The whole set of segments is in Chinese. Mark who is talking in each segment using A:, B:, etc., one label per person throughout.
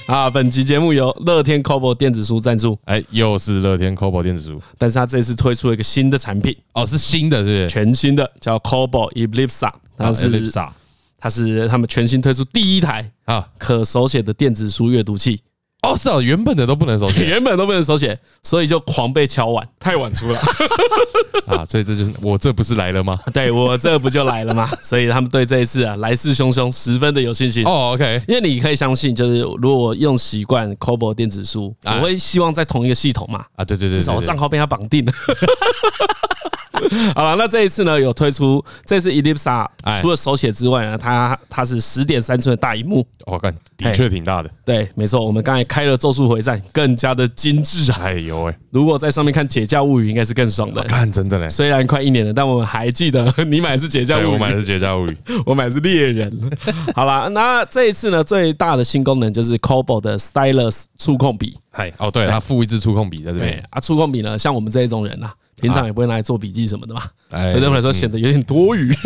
A: 啊，本期节目由乐天 Kobo 电子书赞助，
B: 哎，又是乐天 Kobo 电子书，
A: 但是他这次推出了一个新的产品，
B: 哦，是新的，是不是？
A: 全新的叫 Kobo Eclipse，它是
B: 啊 Ellipsa
A: 它是他们全新推出第一台
B: 啊，
A: 可手写的电子书阅读 器，
B: 哦，是哦，原本的都不能手写
A: 原本都不能手写，所以就狂被敲碗。
C: 太晚出来，
B: 啊，所以这就是我这不是来了 吗？
A: 对我这不就来了 嘛？所以他们对这一次啊来势汹汹，十分的有信心。
B: 哦，OK，
A: 因为你可以相信，就是如果用习惯 Kobo 电子书，我
B: 哎
A: 会希望在同一个系统嘛，
B: 啊，对对对，
A: 至少我
B: 对
A: 账号被他绑定了。 好了，那这一次呢，有推出这次 Elipsa
B: 哎
A: 除了手写之外呢，它它是十点三寸的大荧幕，
B: 我看哦的确挺大的，
A: 对，没错，我们刚才开了《咒术回战》，更加的精致啊！
B: 哎呦喂，
A: 如果在上面看《解教物语》，应该是更爽的。
B: 看真的嘞，
A: 虽然快一年了，但我们还记得你买的是《解教物
B: 对
A: 语》，
B: 我买的是绝佳物语，
A: 我买的是猎人。 好啦，那这一次呢，最大的新功能就是 Kobo 的 Stylus 触控笔。
B: 嗨，哦，对，它附一支触控笔在这
A: 对
B: 边，
A: 啊，触控笔呢，像我们这一种人啊，平常也不会拿来做笔记什么的嘛，
B: 哎
A: 所以对我们来说显得有点多余。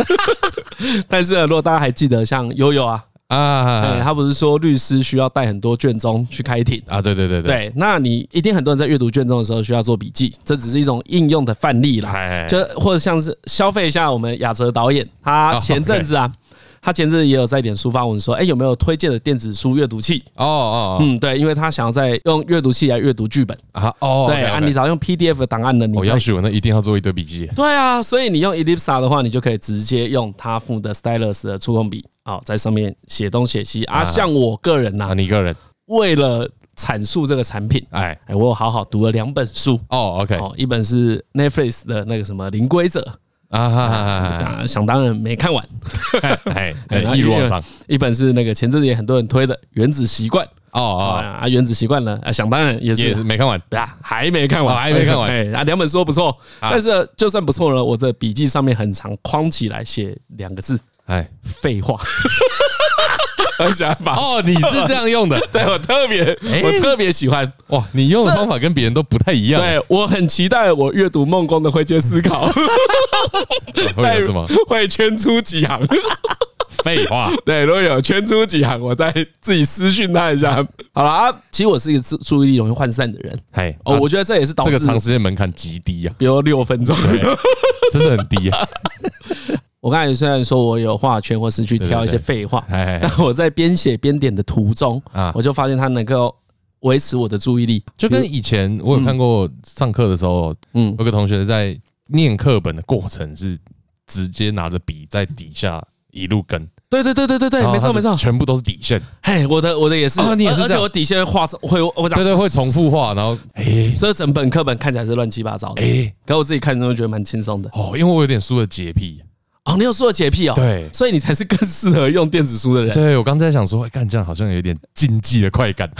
A: 但是呢，如果大家还记得像悠悠啊，哎，
B: 啊
A: 他不是说律师需要带很多卷宗去开庭。
B: 啊，对对对，
A: 对，那你一定很多人在阅读卷宗的时候需要做笔记，这只是一种应用的范例啦。
B: 哎，
A: 就或者像是消费一下我们亚哲导演，他
B: 哦
A: 前阵子啊，他前阵子也有在脸书发文说，哎，有没有推荐的电子书阅读器？
B: 哦哦
A: 嗯，对，因为他想要在用阅读器来阅读剧本。
B: 哦啊哦，
A: 对啊，你只要用 PDF 的档案呢，你
B: 我
A: 再
B: 要许我那一定要做一堆笔记，
A: 对啊，所以你用 Elipsa 的话，你就可以直接用它附的 Stylus 的触控笔，好、在上面写东写西啊。像我个人呐、
B: 啊，你一个人，
A: 为了阐述这个产品，
B: 哎，
A: 哎，我有好好读了两本书。
B: 哦，OK，
A: 哦，一本是 Netflix 的那个什么《零规则》，
B: 啊哈哈哈
A: 啊，想当然没看完；
B: 哈，哎，哎
A: 然后
B: 一如往常，
A: 一本是那个前阵子也很多人推的《原子习惯》
B: 哦哦，
A: 啊，《原子习惯》呢，啊，想当然也
B: 也
A: 是
B: 是没看完，
A: 对啊， 还没看完，
B: 哦还没看完
A: 哎，啊，两本书都不错，但是就算不错呢，我的笔记上面很常框起来写两个字
B: 哎，
A: “废话”， 很喜欢把。
B: 哦，你是这样用 的，
A: 对我特别，
B: 哎
A: 我特别喜欢。
B: 哇，你用的方法跟别人都不太一样，
A: 对我很期待我阅读梦工的 会见思考，
B: 会有什么？
A: 会圈出几行。
B: 废话，
A: 对，如果有圈出几行，我再自己私讯他一下。好了啊，其实我是一个注注意力容易涣散的人。
B: 哎，
A: 哦，
B: 啊
A: 我觉得这也是导
B: 这
A: 致
B: 个长时间门槛极低啊，
A: 比如六分钟。
B: 真的很低 啊，
A: 我刚才虽然说我有画圈或是去挑一些
B: 对对对
A: 废话，
B: 哎，
A: 但我在边写边点的途中
B: 啊
A: 我就发现它能够维持我的注意力。
B: 就跟以前我有看过上课的时候，
A: 嗯，
B: 有个同学在念课本的过程是直接拿着笔在底下一路跟，
A: 对对对对对对，
B: 然后
A: 没
B: 他
A: 错
B: 的
A: 没错。
B: 全部都是底线，
A: 嘿，我的我的也是，
B: 啊你也是
A: 而而
B: 这
A: 且
B: 样
A: 我底线画是会我打
B: 对对，会重复，画，然后哎
A: 所以整本课本看起来是乱七八糟的。
B: 哎
A: 可我自己看都觉得蛮轻松的。
B: 哦，因为我有点书的洁癖，
A: 哦，你有书的洁癖哦，
B: 对
A: 所以你才是更适合用电子书的人。
B: 对我刚才想说，哎干这样好像有点竞技的快感，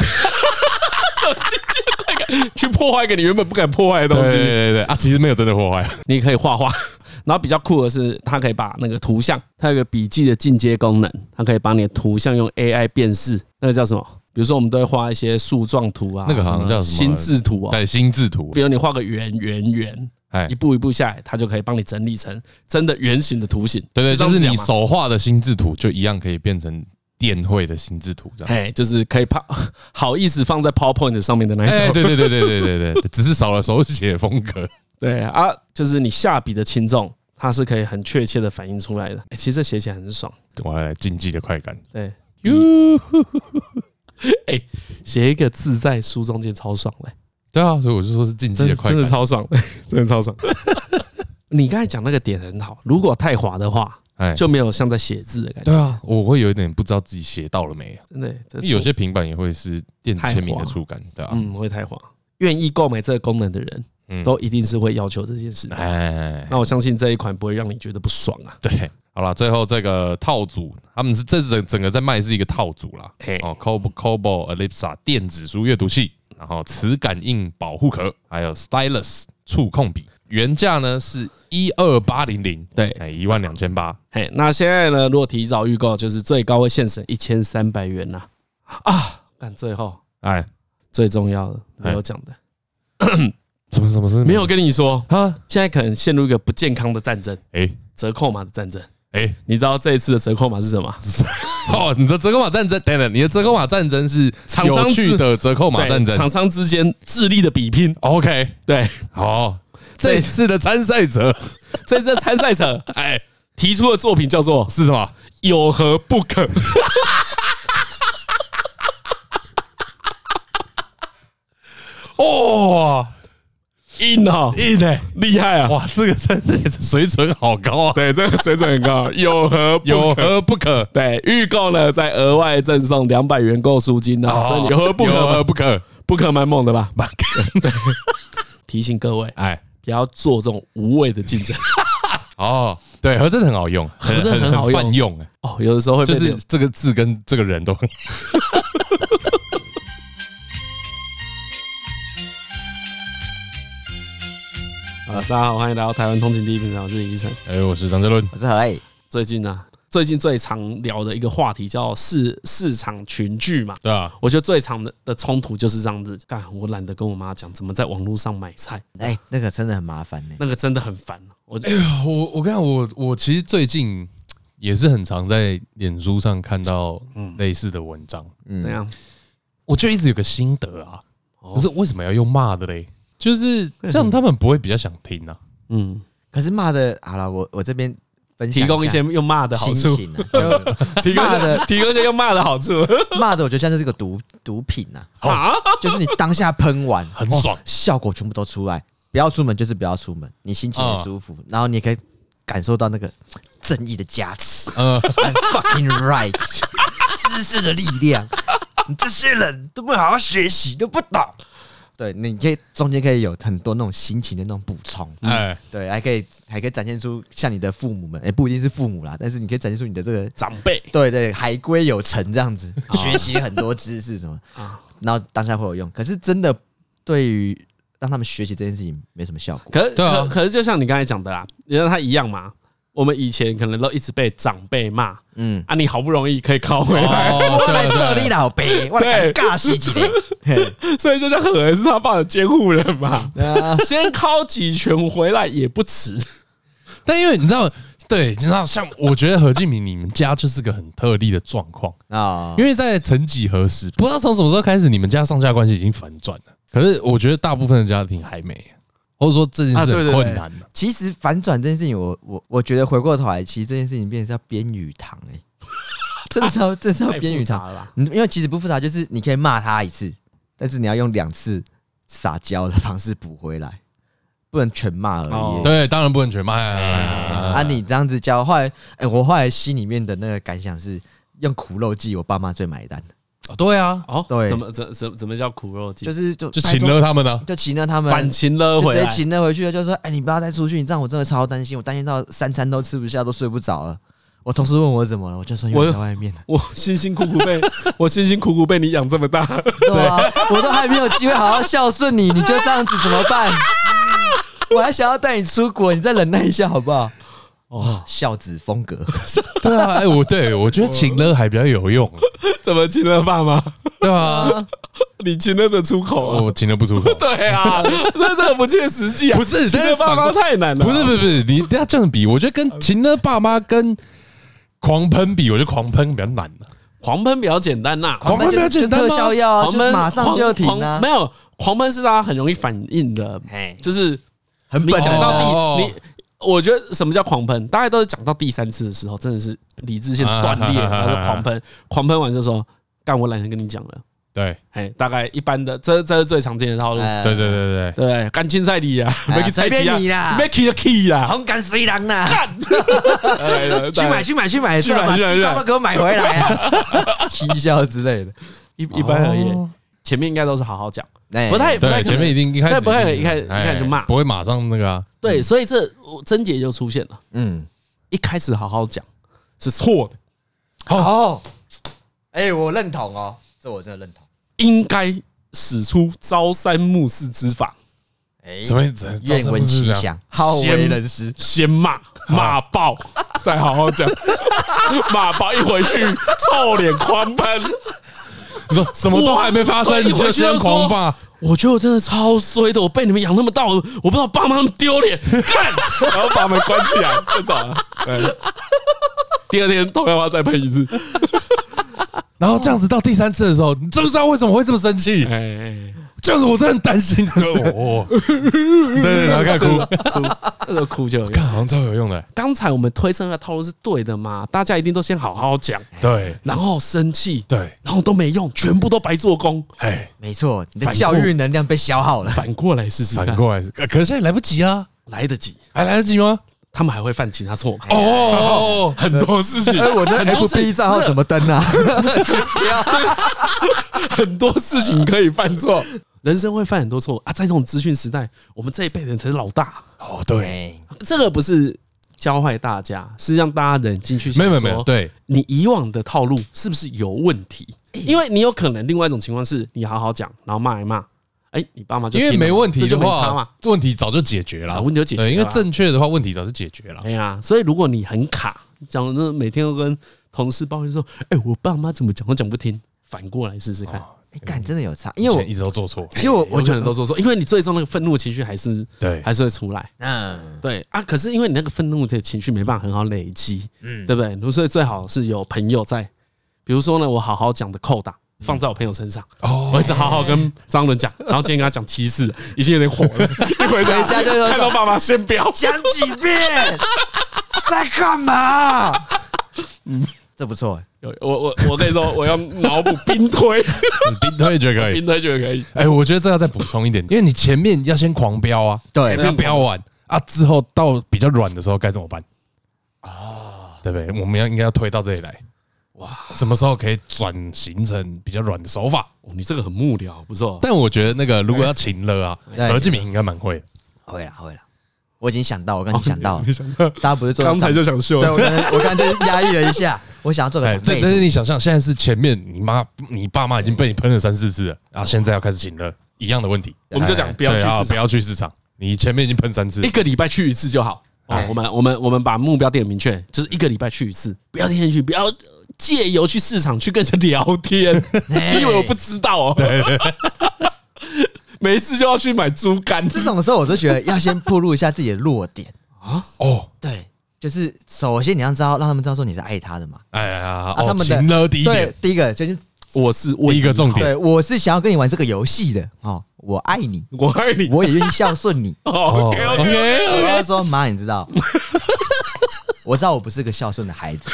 A: 去破坏一个你原本不敢破坏的
B: 对
A: 东
B: 对
A: 西。
B: 对对啊，其实没有真的破坏，
A: 你可以画 画，然后比较酷的是，它可以把那个图像，它有个笔记的进阶功能，它可以把你的图像用 AI 辨识，那个叫什么？比如说我们都会画一些树状图啊，
B: 那个好像叫什么
A: 心智图啊。
B: 对心智图
A: 比，如你画个圆圆圆，
B: 哎
A: 一。步一步下来，它就可以帮你整理成真的圆形的图形。
B: 对对，
A: 这
B: 就
A: 样
B: 是
A: 子
B: 你
A: 讲吗。
B: 手画的心智图，就一样可以变成电绘的心智图这样。
A: 哎，就是可以抛， 好意思放在 PowerPoint 上面的那一种。
B: 哎，对对对对对对对，只是少了手写风格。
A: 对啊，就是你下笔的轻重，它是可以很确切的反映出来的。哎，其实这写起来很爽。
B: 我来竞技的快感，
A: 对， 哎，写一个字在书中间超爽嘞、
B: 对啊，所以我就说是竞技
A: 真
B: 的
A: 的
B: 快
A: 真的
B: 感。
A: 超 爽，真的超爽。 你刚才讲那个点很好，如果太滑的话，
B: 哎，
A: 就没有像在写字的感觉。
B: 对啊，我会有一点不知道自己写到了没，
A: 真的，这
B: 有些平板也会是电子签名的触感，对啊，
A: 嗯会太滑。愿意购买这个功能的人，
B: 嗯，
A: 都一定是会要求这件事。
B: 哎，
A: 那我相信这一款不会让你觉得不爽啊。
B: 对，好了，最后这个套组，他们是这整整个在卖是一个套组啦，
A: 嘿，
B: 哦，Cobo Cobo Ellipsa 电子书阅读器，然后磁感应保护壳，还有 Stylus 触控笔，原价呢是一二八零零，
A: 对，
B: 哎，一万两千八，
A: 嘿，那现在呢，如果提早预购，就是最高会现省一千三百元呐、啊。但最后
B: 哎，
A: 最重要的没有讲的，
B: 什么什么是
A: 没有跟你说，
B: 啊？
A: 现在可能陷入一个不健康的战争，
B: 哎
A: 折扣码的战争。
B: 哎，
A: 你知道这一次的折扣码是什么？
B: 哦，你的折扣码战争，等等，你的折扣码战争是
A: 厂商
B: 有趣
A: 自
B: 的折扣码
A: 对
B: 战争。
A: 厂商之间智力的比拼。
B: OK，
A: 对，
B: 好，这次的参赛者，
A: 这次的参赛者
B: 哎，
A: 提出的作品叫做
B: 是什么？
A: “有何不可
B: 哦，
A: 硬”哦，
B: 硬哎，
A: 厉害啊！
B: 哇，这个真的是水准好高啊！
A: 对，这个水准很高， 有何不
B: 有
A: 可？
B: 何不可？
A: 对，预购呢再额外赠送两百元购书金啊，所以
B: 哦
A: 你有何不
B: 有何
A: 可？
B: 不可？
A: 不可蛮猛的吧？
B: 蛮
A: 提醒各位，
B: 哎，
A: 不要做这种无谓的竞争
B: 哦，对，和真的很好用，很
A: 和真的很好
B: 很
A: 用
B: 泛用，哎
A: 哦。有的时候会被
B: 就是这个字跟这个人都很。
A: 啊，大家好，欢迎来到台湾通勤第一频道，我是李医生。
B: 哎，我是张哲伦，
C: 我是何哎，
A: 最近呢、啊，最近最常聊的一个话题叫市市场群聚嘛。
B: 对啊，
A: 我觉得最常的的冲突就是这样子，干我懒得跟我妈讲怎么在网络上买菜，
C: 哎，那个真的很麻烦呢、
A: 那个真的很烦。我
B: 啊我我跟你讲，我我其实最近也是很常在脸书上看到类似的文章，
C: 嗯
A: 怎样？
B: 我就一直有个心得啊，
A: 哦
B: 可是为什么要用骂的嘞？就是这 样，他们不会比较想听啊。
A: 嗯，
C: 可是骂的，好了，我我这边分享
A: 提供一些
C: 下
A: 用骂的好
C: 心
A: 处，
C: 情 啊，就
A: 提供一
C: 骂
A: 些
C: 的
A: 提供一些用骂的好处
C: 骂的，我觉得像是这个毒毒品呐、
A: 啊。
C: 啊，就是你当下喷完
B: 很爽
C: 哦效果全部都出来。不要出门就是不要出门，你心情
B: 啊
C: 也舒服，然后你也可以感受到那个正义的加 持
B: 嗯，
C: ，I'm fucking right，知 识的力量。你这些人都不好好学习，都不懂。对，你可以中间可以有很多那种心情的那种补充。
B: 哎，
C: 对，还可以还可以展现出像你的父母们，也、不一定是父母啦，但是你可以展现出你的这个，
A: 长辈
C: 对对，海归有成这样子，学习很多知识什么，
A: 啊，
C: 然后当下会有用。可是真的对于让他们学习这件事情没什么效果。
A: 可是、
B: 对啊
A: 可可是就像你刚才讲的啦，你让他一样嘛。我们以前可能都一直被长辈骂
C: 嗯，
A: 啊，你好不容易可以靠 回来，
B: 哦
C: 我来这里，老贝，我来
A: 对
C: 尬戏几嘞。
A: 所以就像何恩是他爸的监护人嘛，
C: 啊
A: 先靠几拳回来也不 迟。
B: 对但因为你知道，对，你知道，像我觉得何敬明你们家就是个很特例的状况，
C: 啊，
B: 因为在曾几何时，不知道从什么时候开始，你们家上下关系已经反转了。可是我觉得大部分的家庭还没，或者说这件
A: 啊
B: 事
A: 对对
B: 很
A: 对
B: 困难的。
C: 其实反转这件事情，我我我觉得回过头来，其实这件事情变成是要编语堂哎、真的是要真的是要编语堂。
A: 了吧？
C: 嗯，因为其实不复杂，就是你可以骂他一次，但是你要用两次撒娇的方式补回来，不能全骂而已。
A: 哦
B: 对，当然不能全骂啊
C: 啊，你这样子教，后来，哎、我后来心里面的那个感想是，用苦肉计，我爸妈最买单，
B: 对啊，
A: 哦，
C: 对
A: 怎么怎怎怎么叫苦肉计？
C: 就是就
B: 就
C: 拜
B: 请
C: 托
B: 了他们呢。啊
C: 就请了他们，
A: 反擒了
C: 就
A: 回
C: 直接
A: 来。
C: 请了回去了，就说，哎、你不要再出去，你这样我真的超担心，我担心到三餐都吃不下，都睡不着了。我同事问我怎么了，我就说因为
A: 我
C: 我在外面了，
A: 我辛辛苦苦 被我辛辛苦苦被你养这么大，
C: 对啊，我都还没有机会好好孝顺你，你就这样子怎么办？我还想要带你出国，你再忍耐一下好不好？哦，孝子风格，
B: 对啊，哎，我对我觉得请了还比较有用，啊
A: 怎么亲了爸妈？
B: 对啊，
A: 你亲了的出口、啊？
C: 哦
B: 我请了不出口。
A: 对 啊，这这个不切实际啊！
B: 不是
A: 亲
B: 但是
A: 了爸
B: 反过
A: 妈太难了啊。
B: 不是不是不是，你不要这样比，我觉得跟秦的爸妈跟狂喷比，我觉得狂喷比较难啊
A: 狂喷比较简单呐、
B: 狂喷比较简单
C: 就
B: 吗
C: 特效药啊，
A: 狂
C: 就
A: 喷
C: 马上就停啊
A: 狂狂，没有狂喷是大家很容易反应的，
C: 哎，
A: 就是
C: 很
A: 你
C: 本
A: 讲
B: 哦
C: 能
A: 到第你。我觉得什么叫狂喷？大概都是讲到第三次的时候，真的是理智线断裂，
B: 啊啊啊啊
A: 然
B: 啊
A: 后就狂喷。狂喷完就说：“干，我懒得跟你讲了。
B: 对”
A: 哎，大概一般的，这这是最常见的套路。
C: 哎
B: 对对对对，
A: 对，干青菜你啊，
C: 哎
A: 没去菜
C: 随
A: 鸡
C: 便你
A: 啊，
C: 啦
A: 没去就去啦，
C: 红感水狼呐，
A: 哎对
C: 去买去买去买，
A: 啊去买
C: 再把
A: 去买去
C: 西
A: 买
C: 瓜都给我买回来啊， 嬉笑之类的，
A: 一一般而言，
B: 哦
A: 前
B: 前
A: 面应该都是好好讲，
C: 哎
A: 不太不太
B: 对
A: 可能
B: 前面一定一开始
A: 不太一开始
B: 哎
A: 一开始就骂
B: 不会马上那个啊，
A: 对，所以这我症结就出现了。
C: 嗯
A: 一开始好好讲是错的，
C: 哦，哎，我认同哦，这我真的认同，
A: 应该使出朝三暮四之法，
C: 哎，
B: 怎么怎么
C: 愿闻其，
B: 怎么是这样
C: 详，好为人师。
A: 先骂骂爆，再好好 讲。骂爆一回去，臭脸狂喷。
B: 你说什么都还没发
A: 我
B: 生，你
A: 我一
B: 就
A: 回去就
B: 先
A: 说
B: 狂骂，
A: 我觉得我真的超衰的，我被你们养那么大，我 我不知道爸妈那么丢脸，干，然后把门关起来，这种啊。对第二天同样要再喷一次。
B: 然后这样子到第三次的时候，你知不知道为什么会这么生气？
A: 哦哎，
B: 这样子我真的很 担心。哦，对对，然后
A: 哎
B: 开始哭，
A: 哭，那个哭就有用。
B: 看好像超有用的。
A: 刚才我们推测那个套路是对的嘛？大家一定都先好好讲，
B: 对
A: 然后生气，
B: 对，
A: 然后都没用，全部都白做工。
B: 哎，
C: 没错，你的
A: 反复
C: 教育能量被消耗了。
A: 反过来试试看
B: 反，过来是，可可是现在来不及啦，
A: 来得及，
B: 还来得及吗？
A: 他们还会犯其他错嘛？
B: 哦， 很多事情
C: 哎，我的 FB 账号怎么登啊？
A: 很多事情可以犯错，人生会犯很多错啊！在这种资讯时代，我们这一辈人才是老大。
B: 哦，对，
C: 对，
A: 这个不是教坏大家，是让大家冷静去想
B: 没有没有
A: 说
B: 没有，对，
A: 你以往的套路是不是有问题？
B: 哎
A: 因为你有可能另外一种情况是你好好讲，然后骂一骂，哎、你爸妈就
B: 因为
A: 听了
B: 没
A: 嘛
B: 问题
A: 这就
B: 的
A: 没差嘛
B: 话。，问题早就解决了，
A: 啊问题就解决了
B: 对因为正确的话，问题早就解决了。
A: 哎呀，所以如果你很卡，讲那每天都跟同事抱怨说，哎、我爸妈怎么讲都讲不听，反过来试试看。
C: 哎干真的有差，因为
B: 以
C: 我
B: 前一直都 做错，
C: 其实我
A: 我
C: 我
A: 可
C: 觉
A: 能都
C: 得，
A: 说说，因为你最终那个愤怒情绪还是
B: 对，
A: 还是会出来。
C: 嗯
A: 对啊，可是因为你那个愤怒的情绪没办法很好累积，
C: 嗯，
A: 对不对？所以最好是有朋友在，比如说呢，我好好讲的扣打放在我朋友身上，我
B: 哦
A: 一，直好好跟张伦讲，然后今天跟他讲七次，已经有点火了，一回家
C: 回家就有种
A: 看到爸妈先飙，
C: 讲几遍，在干嘛？嗯，这不错，
A: 有我我我跟你说，我要脑补 冰推，
B: 冰推就可以
A: 冰。推就可以。
B: 哎，我觉得这要再补充一点，因为你前面要先狂飙啊，
C: 对
B: 前面飙完啊，之后到比较软的时候该怎么办？哦，对不对？我们要应该要推到这里来。哇，什么时候可以转型成比较软的手法？
A: 哦，你这个很幕僚，不错。
B: 但我觉得那个如果要情了啊，
A: 哎
C: 对
B: 何敬明应该蛮会的。
C: 会了会了，我已经想到，我刚刚想到了，
B: 哦想到
C: 大家不是做
A: 刚才就想秀
C: 对，我刚才我刚才就压抑了一下，我想要做
B: 哎，
C: 个长
B: 对，
C: 辈
B: 但是
C: 图，
B: 你想象，现在是前面你妈、你爸妈已经被你喷了三四次了，然后现在要开始请了，一样的问题，
A: 我们就讲不要去
B: 对啊
A: 市
B: 不
A: 场，
B: 要去市场，你前面已经喷三次
A: 一，个礼拜去一次就好。哦
C: 哎，
A: 我们我们我们把目标定得明确，就是一个礼拜去一次，不要天天去，不要呃借由去市场去跟人聊天。
C: 哎
A: 你以为我不知道哦？没事就要去买猪肝，
C: 这种时候我都觉得要先暴露一下自己的弱 点。
B: 哦，
C: 对，就是首先你要知道，让他们知道说你是爱他的嘛。
B: 哎呀，
C: 啊，
B: 哦
C: 他，们的
B: 请了第一点
C: 对，第一个就是
A: 我是为
B: 第一个
A: 你
B: 重
A: 好
B: 点
C: 对，我是想要跟你玩这个游戏的哦，我爱你，
A: 我爱你。哦
C: 我也愿意孝顺你。
A: OK OK，
C: 我
B: OK，
C: 要说妈，你知道， 我知道我不是个孝顺的孩子，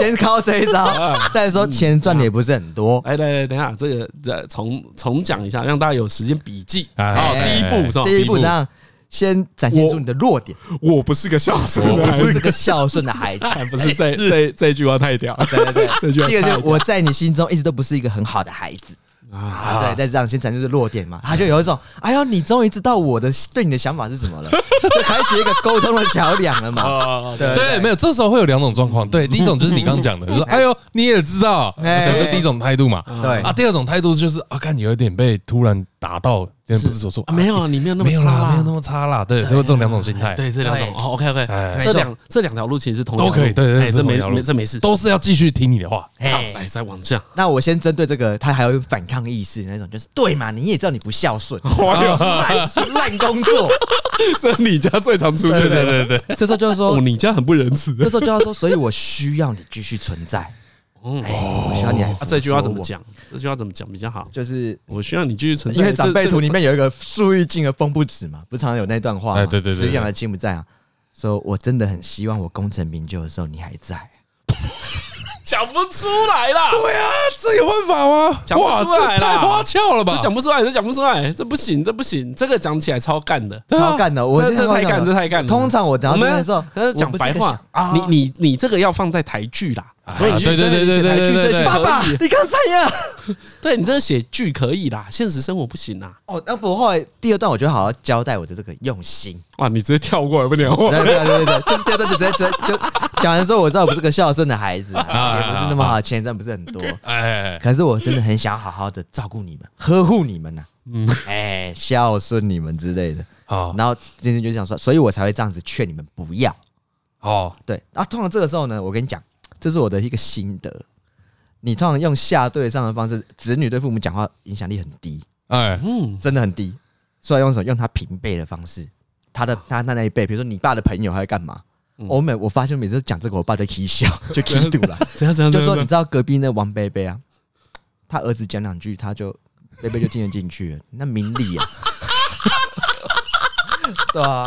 C: 先靠这一招，再说钱赚的也不是很多。
A: 来来来，等一下，这个再重重讲一下，让大家有时间笔记。
B: 哎
A: 好，第一步是吧？
C: 第一步，这样先展现出你的弱点，
A: 我不是个孝顺
C: 我
A: 的
C: 不
A: 孩
C: 是
A: 子，
C: 个孝顺的孩子。
A: 不 是这这这句话太屌了
C: 对对对，
A: 这句话
C: 这个
A: 太
C: 就我在你心中一直都不是一个很好的孩子。
A: 啊！
C: 啊，对，但是这样先展示弱点嘛，他就有一种，哎呦，你终于知道我的对你的想法是什么了，就开启一个沟通的桥梁了嘛。对
B: 对，没有，这时候会有两种状况，对，第一种就是你刚讲的，就说哎呦，你也知道，
C: 哎嗯
B: 这是第一种态度嘛，
C: 对
B: 啊，第二种态度就是啊，看你有点被突然打到，有点不知所措，
A: 啊
B: 哎
A: 没有啊，你没有那么
B: 没有
A: 差
B: 啦，
A: 啊，
B: 没有那么差啦，对，所以这种两种心态，
A: 对，这两种
C: 对
A: 哦，OK OK，
B: 哎
A: 这
C: 没错
A: 两这两条路其实是同一条
B: 都可以
A: 路
B: 对对对
A: 哎
B: 是
A: 这
B: 同一
A: 没
B: 条路
A: 没这没事。
B: 都是要继续听你的话，
A: 好
C: 哎
A: 来，再往 下，
C: 那我先针对这个，他还有反抗意识那种，就是对嘛，你也知道你不孝顺， 烂烂工作，
A: 这是你家最常出
C: 对
A: 现的。
C: 对
B: 对对对，
C: 这时候就是
A: 哦，
C: 说，
A: 你家很不仁慈。
C: 这时候就要说，所以我需要你继续存在，
A: 嗯，
C: 哎，我需要你来。
A: 啊，这句话怎么？讲？这句话怎么讲比较好？
C: 就是
A: 我需要你继续存在，
C: 因为长辈
A: 这
C: 图里面有一个树欲静而风不止嘛，不是常常有那段话
B: 哎
C: 嘛？
B: 对对对对
C: 树欲静而亲不在啊。说我真的很希望我功成名就的时候你还在。
A: 讲不出来啦，
B: 对啊，这有办法吗？
A: 讲不
B: 哇，
A: 出来
B: 这
A: 啦
B: 太花俏了吧
A: 这？讲不出来，这讲不出来，这不行，这不行，这个讲起来超干的。
B: 对啊
C: 超干的，我
A: 这
C: 现在
A: 这太
C: 超
A: 干，这太干了。
C: 通常我等到
A: 我
C: 这
A: 们
C: 边的时候，
A: 但是
C: 我
A: 讲
C: 不是
A: 白
C: 个
A: 话
C: 小啊，
A: 你你你这个要放在台剧啦
B: 啊，
A: 所以你去
B: 对对对对
A: 你去
B: 对
A: 写台剧这
B: 对对对
A: 句
B: 对
C: 爸爸
A: 可以，
C: 你刚才呀？
A: 对你这个写剧可以啦，现实生活不行啊啦。
C: 哦，那不会。第二段我就好好交代我的这个用心。
A: 哇，你直接跳过来不聊
C: 对对对对对，就是第二段就直接直接就讲完说，我知道我不是个孝顺的孩子啊，
B: 啊
C: 也不是那么好，钱赚不是很多。
B: 哎，
C: 可是我真的很想好好的照顾你们，呵护你们呐、嗯，哎，孝顺你们之类的。
B: 好，
C: 然后今天就想说，所以我才会这样子劝你们不要。
B: 好，
C: 对，然后通常这个时候呢，我跟你讲，这是我的一个心得。你通常用下对上的方式，子女对父母讲话影响力很低，
B: 哎，
A: 嗯，
C: 真的很低。所以用什么？用他平辈的方式，他的他他那一辈，比如说你爸的朋友，他在干嘛？我每我发现每次讲这个，我爸就起笑，就起赌了，
A: 怎样怎样怎样
C: 就说
A: 怎
C: 你
A: 样？
C: 知道隔壁那王贝贝啊，他儿子讲两句，他就贝贝就听得进去了， 那明理啊，对啊，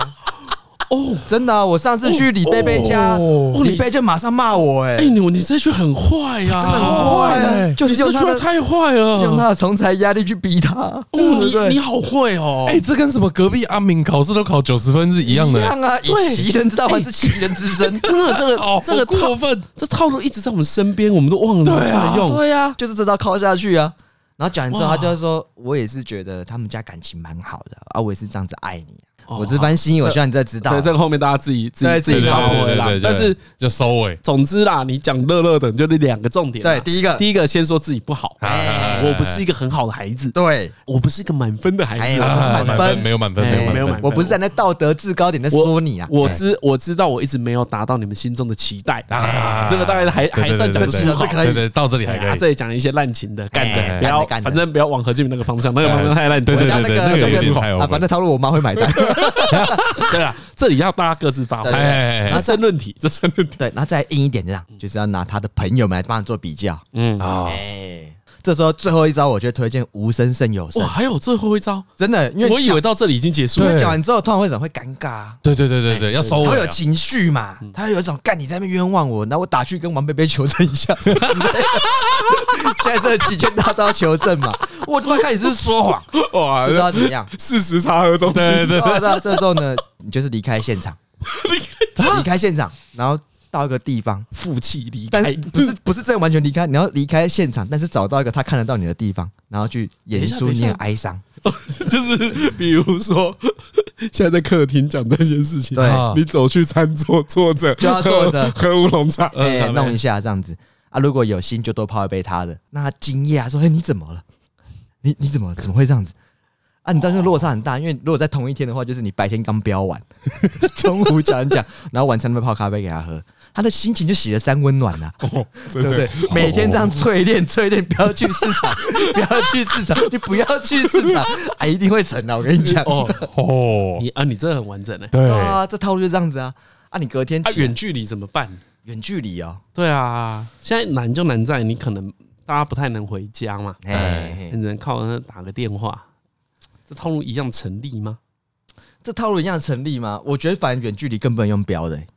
C: 哦，真的啊、我上次去李贝贝家，
B: 哦
C: 李贝就马上骂我、
A: 哎、
C: 哎、
A: 你你这句很坏呀、
C: 这很坏的，
A: 就
C: 就是
A: 这
C: 是用
A: 句
C: 他的
A: 太坏了，
C: 用他的从财压力去逼他，
A: 呃哦，
C: 对不对
A: 你你好会哦，
B: 哎，这跟什么隔壁阿敏考试都考九十分是一样
C: 一
B: 的，
C: 样啊，以
A: 对。
C: 其人之道还治其人之身
A: 真的这个
B: 哦，
A: 这个套
B: 过分，
A: 这套路一直在我们身边，我们都忘了拿出来用。
C: 对啊呀、就是这招靠下去啊。然后讲完之后，
A: 啊哇
C: 他就说：“我也是觉得他们家感情蛮好的啊，我也是这样子爱你、啊
A: 哦
C: 我这番心意，我希望你再知道。啊
A: 对，这个后面大家自己自己
C: 对自己
A: 发
C: 发
A: 挥啦。但是
B: 就收尾。
A: 总之啦，你讲乐乐等就是两个重点啦。
C: 对第一个
A: 第一个先说自己不好，
B: 哎
A: 我不是一个很好的孩子，
C: 对，
A: 我不是一个满分的孩子啊。
C: 哎呀
B: 啊
C: 满
B: 满
C: 分
B: 分没有满分，没有
A: 哎
B: 满分，
A: 没有满分
C: 我不是在那道德制高点在说你啊，
A: 我知我知道，我一直没有达到你们心中的期待
B: 啊
A: 这个大概还还算讲得
C: 对对对
A: 出
C: 这
A: 口
C: 个。可以
B: 对对，到这里还
A: 哎呀
B: 可以。
A: 这里讲一些滥情的、干的，
C: 哎
A: 不要
C: 干的干，的
A: 反正不要往何俊明那个方向，那
C: 哎
A: 个方向太烂情
B: 对
A: 了。
B: 对
C: 像那
B: 对，
C: 个
B: 那个
C: 这
B: 有
C: 个
B: 点太
C: 啊，反正套路我妈会 买单。
A: 对啦，这里要大家各自发挥。
C: 对
B: 哎
A: 这申论题，这申论题。
C: 对，然后再硬一点，这样
B: 嗯
C: 就是要拿他的朋友们来帮他做比较。
A: 嗯，
B: 啊
C: 哎，这时候最后一招，我就推荐无声胜有声
A: 哇，，还有最后一招，
C: 真的，因为
A: 我以为到这里已经结束
C: 因
A: 了。
C: 为
B: 对
C: 讲完之后，突然会怎么会尴尬啊？
B: 对对对对
A: 哎
B: 对，要收
C: 他会
B: 尾
C: 有
B: 啊。
C: 情绪嘛？他会有一种干你在那边冤枉我，那我打去跟王贝贝求证一下。什么之 类的现在这个期间大家都要求证嘛？我他妈看你是不是说谎，
A: 哇
C: 这知道怎么样？
A: 事实差和中
B: 对对对，
C: 对啊对啊，这时候呢，你就是离开 现场，离开现场，然后到一个地方，
A: 负气离
C: 但
A: 开，
C: 不是不是真的完全离开，你要离开现场，但是找到一个他看得到你的地方，然后去演出
A: 等一下等一下
C: 你很哀伤。
A: 就是比如说，现在在客厅讲这件事情，
C: 对
B: 啊
A: 你走去餐桌坐着，
C: 就要坐着
A: 喝 喝乌龙茶，
C: 哎、
B: 呃
C: 弄一下这样子啊。如果有心，就多泡一杯他的。那他惊讶说：“哎、你怎么了？你你怎么了？怎么会这样子？”啊，你知道那个落差很大，因为如果在同一天的话，就是你白天刚飙完， 中午讲一讲，然后晚餐都泡咖啡给他喝，他的心情就洗了三温暖呐、
A: 哦
C: 对不对？每天这样淬炼淬炼，不要去市场， 不要去市场，你不要去市场，啊，一定会成的，我跟你讲。
A: 哦，
B: 哦，
A: 你啊，你真的很完整哎。
B: 对
C: 对啊，这套路就这样子啊。啊，你隔天
A: 啊，
C: 起来
A: 远距离怎么办？
C: 远距离哦，
A: 对啊，现在难就难在你可能大家不太能回家嘛，
C: 哎、
B: 哎
A: 你只能靠那打个电话。这套路一样成立吗？
C: 这套路一样成立吗？我觉得反正远距离更不能用标的、欸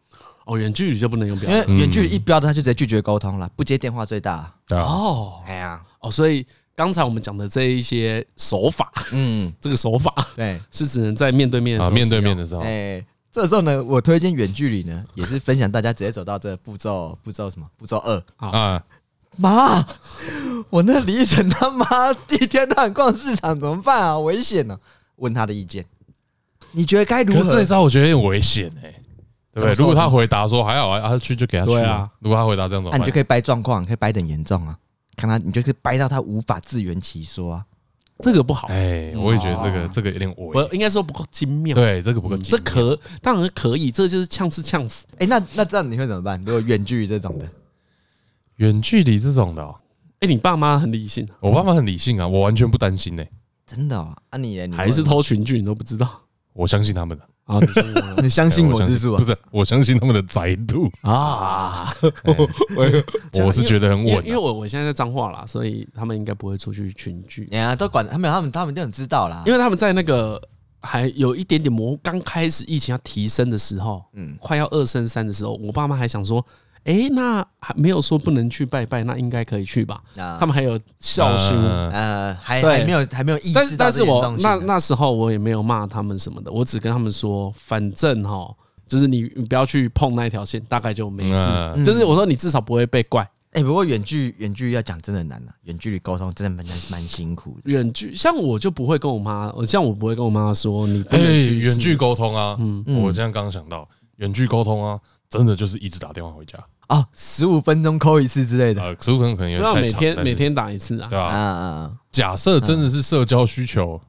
A: 哦，远距离就不能用表
C: 因为
A: 达
B: 嗯
C: 远距离一标的他就直接拒绝沟通了，不接电话最大。
B: 对啊，
A: 哦
C: 哎呀，
A: 哦，所以刚才我们讲的这一些手法，
C: 嗯，
A: 这个手法
C: 对，
A: 是只能在面对哦面的时
B: 啊
A: 候
B: 面对
A: 使用
B: 面的时候，
C: 哎，这时候呢，我推荐远距离呢，也是分享大家直接走到这步骤，步骤什么？步骤二。
B: 啊，
C: 妈，我那李晨他妈一天到晚逛市场怎么办啊？危险呢、问他的意见，你觉得该如
B: 可是这
C: 何
B: 一？招我觉得有点危险哎，对不
C: 怎
B: 对？
C: 么说
B: 如果他回答说还好啊，啊去就给他去
A: 对啊。
B: 如果他回答这样怎
C: 那、
B: 么
C: 你就可
B: 办？
C: 以掰状况，可以掰得很严重啊。看他，你就可以掰到他无法自圆其说啊。
A: 这个不好，
B: 哎，我也觉得这个这个有点
A: 嗯哦不
B: 危，
A: 应该说不够精妙。
B: 对，这个不
A: 嗯，
B: 够
A: 这
B: 精妙，
A: 可当然可以，这就是呛吃呛死。
C: 哎、那那这样你会怎么办？如果远距离这种的，
B: 远距离这种的哦，
A: 哎，你爸妈很理性，
B: 我爸妈很理性啊，我完全不担心呢，欸
C: 真的哦，啊你嘞，
B: 嗯
C: 你
A: 还是
C: 会
A: 偷群聚，你都不知道
B: 我相信他们的，
A: 啊？你信哎我
C: 你相信我之术啊
B: 不？是，我相信他们的宅 度，
A: 啊，
B: 哎 我是觉得很
A: 因为
B: 稳
A: 因为
B: 啊，
A: 我我现在在彰化啦，所以他们应该不会出去群聚，
C: 哎呀，都管他们，他们他们就很知道啦。
A: 因为他们在那个还有一点点模刚开始疫情要提升的时候，嗯
C: 嗯，
A: 快要二升三的时候，我爸妈还想说。哎，那还没有说不能去拜拜，那应该可以去吧？
C: 啊
A: 他们还有孝心我，
B: 嗯
C: 呃还
A: 对
C: 还没有还没有意
A: 但
C: 识
A: 是
C: 到
A: 但是
C: 这严
A: 我
C: 重性
A: 那
C: 啊。
A: 那时候我也没有骂他们什么的，我只跟他们说，反正哈，就是你你不要去碰那一条线，大概就没事。
B: 嗯
A: 就是我说你至少不会被怪。
C: 哎，不过远距远距要讲真的难啊，远距离沟通真的蛮蛮辛苦的。
A: 远距像我就不会跟我妈，我像我不会跟我妈说你不
B: 哎，
A: 能去
B: 远
A: 试
B: 距沟通啊，
A: 嗯
B: 我这样刚想到，远距沟通啊，真的就是一直打电话回家，
C: 哦，十五分钟扣一次之类的
B: 啊，十五分钟可能有
A: 不要
B: 点
A: 每
B: 太长，
A: 天
B: 但是
A: 每天打一次嗯啊
B: 对。
C: 啊
B: 吧？
C: 啊
B: 假设真的是社交需求，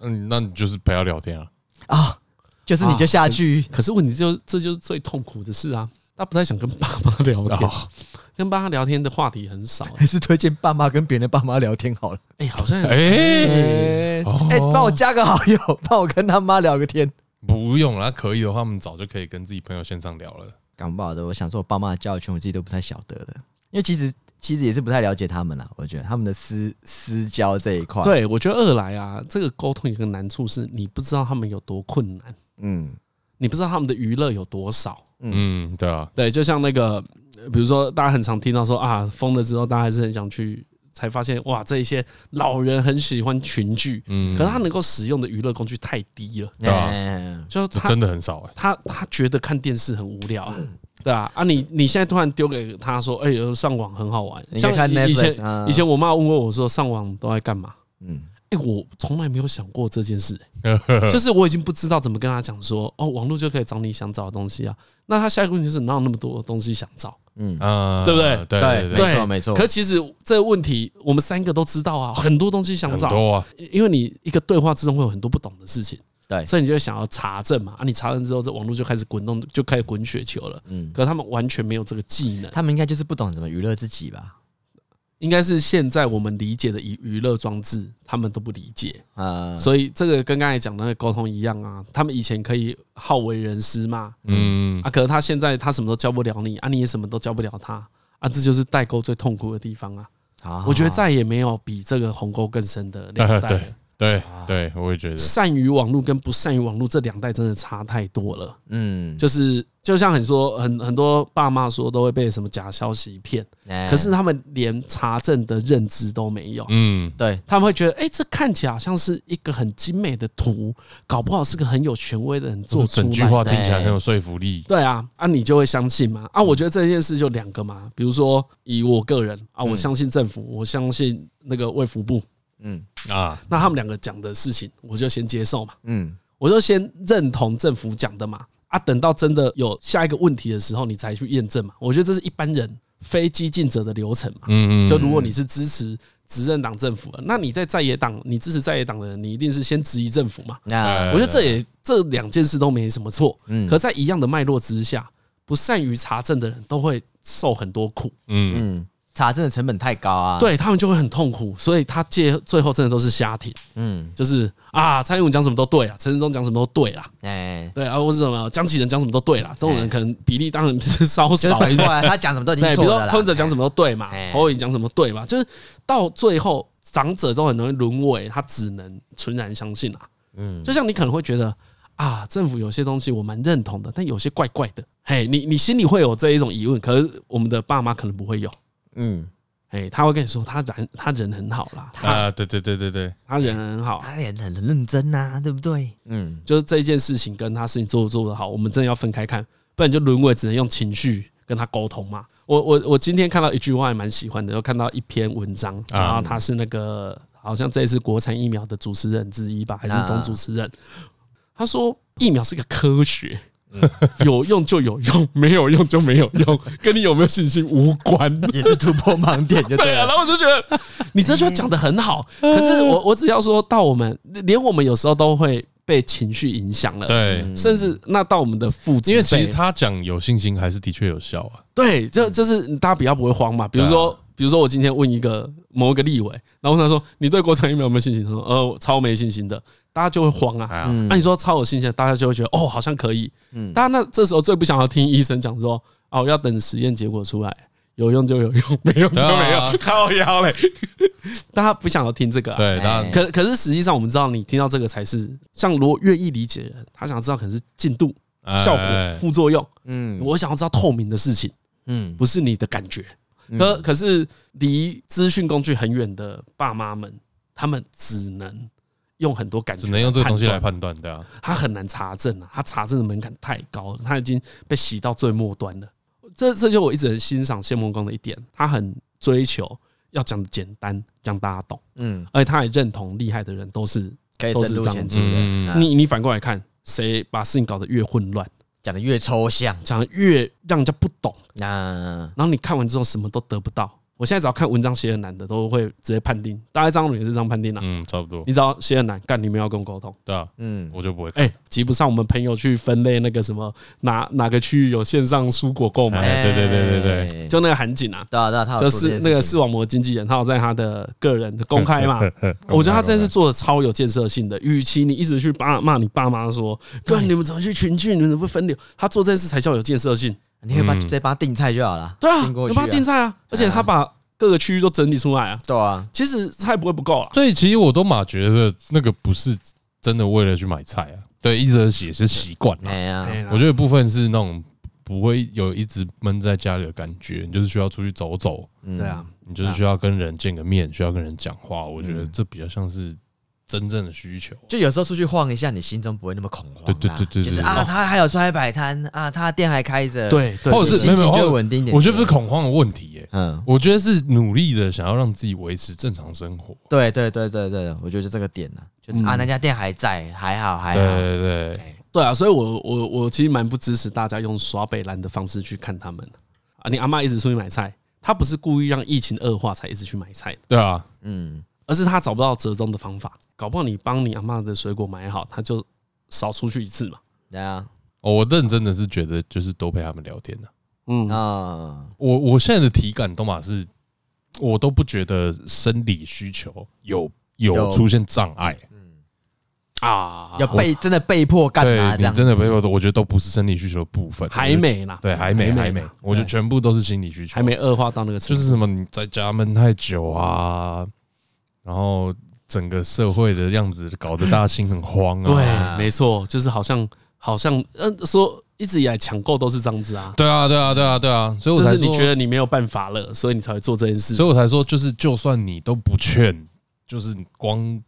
B: 嗯，那你就是陪他聊天啊，
C: 啊啊！就是你就下去
A: 可是问题就这就是最痛苦的事啊，他不太想跟爸妈聊天，
B: 哦
A: 跟爸妈聊天的话题很少、啊
C: 还是推荐爸妈跟别人的爸妈聊天好了。
A: 哎、好像
B: 哎，
A: 嗯
C: 哎
B: 哦
C: 哎，帮我加个好友，帮我跟他妈聊个天。
B: 不用了，可以的话，我们早就可以跟自己朋友线上聊了。
C: 感不好的，我想说我爸妈的教育圈我自己都不太晓得了，因为其实其实也是不太了解他们啦。我觉得他们的私私交这一块，，
A: 对，我觉得二来啊，这个沟通有个难处是你不知道他们有多困难，
C: 嗯
A: 你不知道他们的娱乐有多少。
B: 嗯，对啊，
A: 对，就像那个，呃比如说大家很常听到说啊，疯了之后，大家还是很想去，才发现哇，这一些老人很喜欢群聚，
B: 嗯，
A: 可是他能够使用的娱乐工具太低了，
B: 对啊
C: 哎
A: 就是
B: 这
A: 他
B: 真的很少哎、
A: 他他觉得看电视很无聊啊，对啊，啊你你现在突然丢给他说，哎、呃上网很好玩，
C: 你可
A: 像
C: 以看
A: 以以
C: Netflix，
A: 前
C: 啊
A: 以前我妈问过我说上网都在干嘛，
C: 嗯，
A: 哎、我从来没有想过这件 事、就是我已经不知道怎么跟他讲说，哦，网络就可以找你想找的东西啊。那他下一个问题就是哪有那么多东西想找？
C: 嗯，
B: 嗯，
A: 对不对
B: 对对
C: 没错没错
A: 可其实这个问题我们三个都知道啊，很多东西想
B: 很
A: 找，
B: 多啊，
A: 因为你一个对话之中会有很多不懂的事情，
C: 对
A: 所以你就想要查证嘛。啊，你查证之后，这网络就开始滚动，就开始滚雪球了。
C: 嗯，
A: 可他们完全没有这个技能，
C: 他们应该就是不懂怎么娱乐自己吧？
A: 应该是现在我们理解的娱娱乐装置，他们都不理解。
C: 啊，
A: 所以这个跟刚才讲的那个沟通一样啊，他们以前可以好为人师嘛，
B: 嗯
A: 啊，可是他现在他什么都教不了你啊，你也什么都教不了他啊，这就是代沟最痛苦的地方啊！
C: 好
A: 我觉得再也没有比这个鸿沟更深的两代了。
B: 对
A: 啊
B: 对，我也觉得，
A: 善于网络跟不善于网络这两代真的差太多了，
C: 嗯，
A: 就是就像很说很很多爸妈说都会被什么假消息骗，
C: 哎
A: 可是他们连查证的认知都没有，
B: 嗯，
C: 对，
A: 他们会觉得，哎、这看起来好像是一个很精美的图，搞不好是个很有权威的人做
B: 这
A: 出来
B: 整
A: 的。
B: 句话听起来很有说服力，
A: 对啊，啊，你就会相信嘛？
B: 嗯
A: 啊，我觉得这件事就两个嘛，比如说以我个人啊，
B: 嗯
A: 我相信政府，我相信那个卫福部，
C: 嗯
B: 啊，
A: 那他们两个讲的事情，我就先接受嘛，
C: 嗯，
A: 我就先认同政府讲的嘛。啊，等到真的有下一个问题的时候，你才去验证嘛。我觉得这是一般人非激进者的流程嘛。
B: 嗯嗯，
A: 就如果你是支持执政党政府的，那你在在野党，你支持在野党的人，你一定是先质疑政府嘛。
C: 那
A: 我
B: 哎
A: 觉得这也这两件事都没什么错，
C: 嗯
A: 呃可在一样的脉络之下，不善于查证的人都会受很多苦，
B: 嗯
C: 嗯，查证的成本太高啊，，
A: 对他们就会很痛苦，所以他借最后真的都是瞎挺，
C: 嗯，
A: 就是啊，蔡英文讲什么都对啊，陈世忠讲什么都对啦，
C: 哎，
A: 对啊，或是什么江启人讲什么都对啦，这种人可能比例当然是稍
C: 就是
A: 少
C: 反
A: 一
C: 过
A: 点。
C: 来，他讲什么都已经
A: 对，哎比
C: 错
A: 如
C: 了
A: 说
C: 啦，
A: 柯文哲讲什么都对嘛
C: 哎，
A: 侯友宜讲什么对嘛，就是到最后长者都很容易沦为他只能纯然相信啦、啊
C: 嗯，
A: 就像你可能会觉得啊，政府有些东西我蛮认同的，但有些怪怪的。嘿，你你心里会有这一种疑问，可是我们的爸妈可能不会有。
C: 嗯，
A: 嘿，他会跟你说他人他人很好啦，他
B: 啊，对对对对对，
A: 他人很好，啊
C: 他也很认真呐，对不对？嗯，
A: 就是这件事情跟他事情做不做得好，我们真的要分开看，不然就沦为只能用情绪跟他沟通嘛。我我我今天看到一句话还蛮喜欢的，又看到一篇文章，然后他是那个好像这一次国产疫苗的主持人之一吧，还是总主持人，他说疫苗是个科学。有用就有用，没有用就没有用，跟你有没有信心无关。
C: 也是突破盲点，就
A: 对啊，然
C: 了，嗯
A: 后我就觉得你这就讲的很好，可是我我只要说到我们，连我们有时候都会被情绪影响了，
B: 对，
C: 嗯
A: 甚至那到我们的父子辈，
B: 因为其实他讲有信心还是的确有效啊，
A: 对，就就是大家比较不会慌嘛。比如说，比如说我今天问一个某一个立委，然后问他说：“你对国产疫苗有没有信心？”他说：“呃，我超没信心的。”大家就会慌啊。
B: 啊，
C: 嗯
A: 那、你说超有信心的，大家就会觉得哦，好像可以。嗯，大家那这时候最不想要听医生讲说：“哦，要等实验结果出来，有用就有用，没 用就没
B: 对
A: 用。
B: 啊，靠腰嘞，
A: 大家不想要听这个、啊。
B: 对，他
C: 哎
A: 可可是实际上，我们知道你听到这个才是像如果愿意理解的人，他想知道可能是进度、效
B: 哎
A: 果、副作用。
C: 嗯
A: 我想要知道透明的事情，
C: 嗯
A: 不是你的感觉。
B: 嗯
A: 可可是离资讯工具很远的爸妈们，他们只能用很多感觉，
B: 只能用这个东西来，判断，对啊，
A: 他很难查证啊，他查证的门槛太高了，他已经被洗到最末端了。这这就我一直很欣赏谢梦工的一点，他很追求要讲的简单，让大家懂，
C: 嗯，
A: 而且他也认同厉害的人都是
C: 可以深入浅出
B: 嗯
C: 的，啊
A: 你你反过来看，谁把事情搞得越混乱，
C: 讲的越抽象，
A: 讲得越让人家不懂，
C: 那
A: 然后你看完之后什么都得不到。我现在只要看文章写的难的，都会直接判定。大概张鲁也是这样判定啦、
B: 嗯，差不多
A: 你，只要写的难，干你们要跟我沟通。
B: 对啊，
C: 嗯，
B: 我就不会 看，
A: 哎、及不上我们朋友去分类那个什么哪哪个区域有线上蔬果购买，
B: 哎对对对对
C: 对
A: 就那个韩景啊，
C: 对啊对啊，他有
A: 就
C: 做这
A: 是
C: 件
A: 那个
C: 事
A: 视网膜经纪人，他有在他的个人的公开 嘛。我觉得他真的是做的超有建设性的。与其你一直
C: 哎
A: 去骂骂你爸妈说，哥你们怎么去群聚，你们怎么不分流，他做这件事才叫有建设性。
C: 你可以把
B: 嗯
C: 再帮他订菜就好了。
A: 对啊，
C: 订过
A: 有
C: 去
A: 帮他订
C: 啊，
A: 菜啊，而且他把各个区域都整理出来啊，
C: 对啊，
A: 其实菜不会不够啊。
B: 所以其实我都马觉得那个不是真的为了去买菜啊，对，一直也是习惯啊。
C: 哎呀，
A: 哎呀
B: 我觉得部分是那种不会有一直闷在家里的感觉，你就是需要出去走走，
C: 嗯
A: 对啊，，
B: 你就是需要跟人见个面，需要跟人讲话。我觉得这比较像是真正的需求。
C: 就有时候出去晃一下，你心中不会那么恐慌啊。
B: 对对对对对
C: 就是
B: 对
C: 啊，
B: 哦
C: 他还有出来摆摊啊，他店还开着。，
A: 对，对
B: 或者
A: 对
B: 是没有没
C: 心情
B: 有
C: 就会
B: 或
C: 稳定一点。啊
B: 我觉得不是恐慌的问题耶、
C: 嗯，
B: 我觉得是努力的想要让自己维持正常生活。
C: 对对对对对，我觉得就这个点呢，就
A: 嗯
C: 啊，那家店还在，还好还
B: 对
C: 好。
B: 对对，
A: 对啊，所以我我我其实蛮不支持大家用刷北兰的方式去看他们啊。你阿妈一直出去买菜，她不是故意让疫情恶化才一直去买菜的，
B: 对啊，
C: 嗯，
A: 而是她找不到折中的方法。搞不好你帮你阿妈的水果买好，她就少出去一次嘛。
C: 对啊，
B: 哦我认真的是觉得就是多陪他们聊天啊
A: 嗯，
C: 啊，
B: 我我现在的体感都嘛是，我都不觉得生理需求有有
C: 有嗯
B: 出现障碍。
A: 啊，
C: 要被真的被迫干啊
B: 对
C: 嘛这
B: 你
C: 样？
B: 真的没有，我觉得都不是生理需求的部分。
A: 还没啦，
B: 对，还没还
A: 还
B: 没
A: 啦，
B: 我觉得
A: 对
B: 全部都是心理需求。
A: 还没恶化到那个程
B: 就
A: 度，
B: 是什么你在家闷太久啊，然后整个社会的样子搞得大家心很慌啊。
A: 对，没错，就是好像好像嗯、说一直以来抢购都是这样子啊，
B: 对啊对啊对啊对啊，所以我
A: 就
B: 才
A: 是你
B: 说
A: 觉得你没有办法了，所以你才会做这件事
B: 所。以我才说，就是就算你都不劝，就是光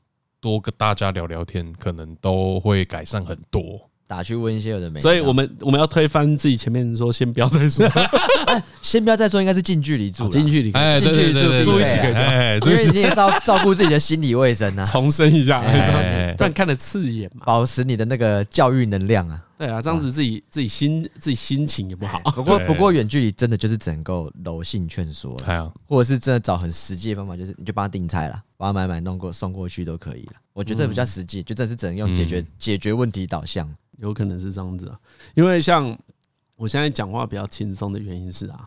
B: 多跟大家聊聊天，可能都会改善很多。
C: 打去问一些有的没的。
A: 所以我们我们要推翻自己前面说先不要再说，
C: 先不要再说，应该是近距离住啦，
A: 进去你
B: 哎，对
C: 进
B: 对
C: 去
B: 对对，
C: 住
B: 对
C: 一起
A: 可以
B: 哎，
C: 因
B: 对
C: 为你也是要照顾自己的心理 卫生啊，
A: 重申一下，
C: 哎
A: 这样
B: 哎
A: 不然看得刺眼嘛。
C: 保持你的那个教育能量啊。哎
A: 对啊，这样子自己自己心自己心情也不好。
C: 不过
B: 对
C: 不过远距离真的就是只能够柔性劝说了，
B: 哎呀，
C: 或者是真的找很实际的方法，就是你就帮他订菜啦，帮他买买弄过送过去都可以了。我觉得这比较实际，就真的是只能用解决、
B: 嗯
C: 解决问题导向。
A: 有可能是这样子啊。因为像我现在讲话比较轻松的原因是啊，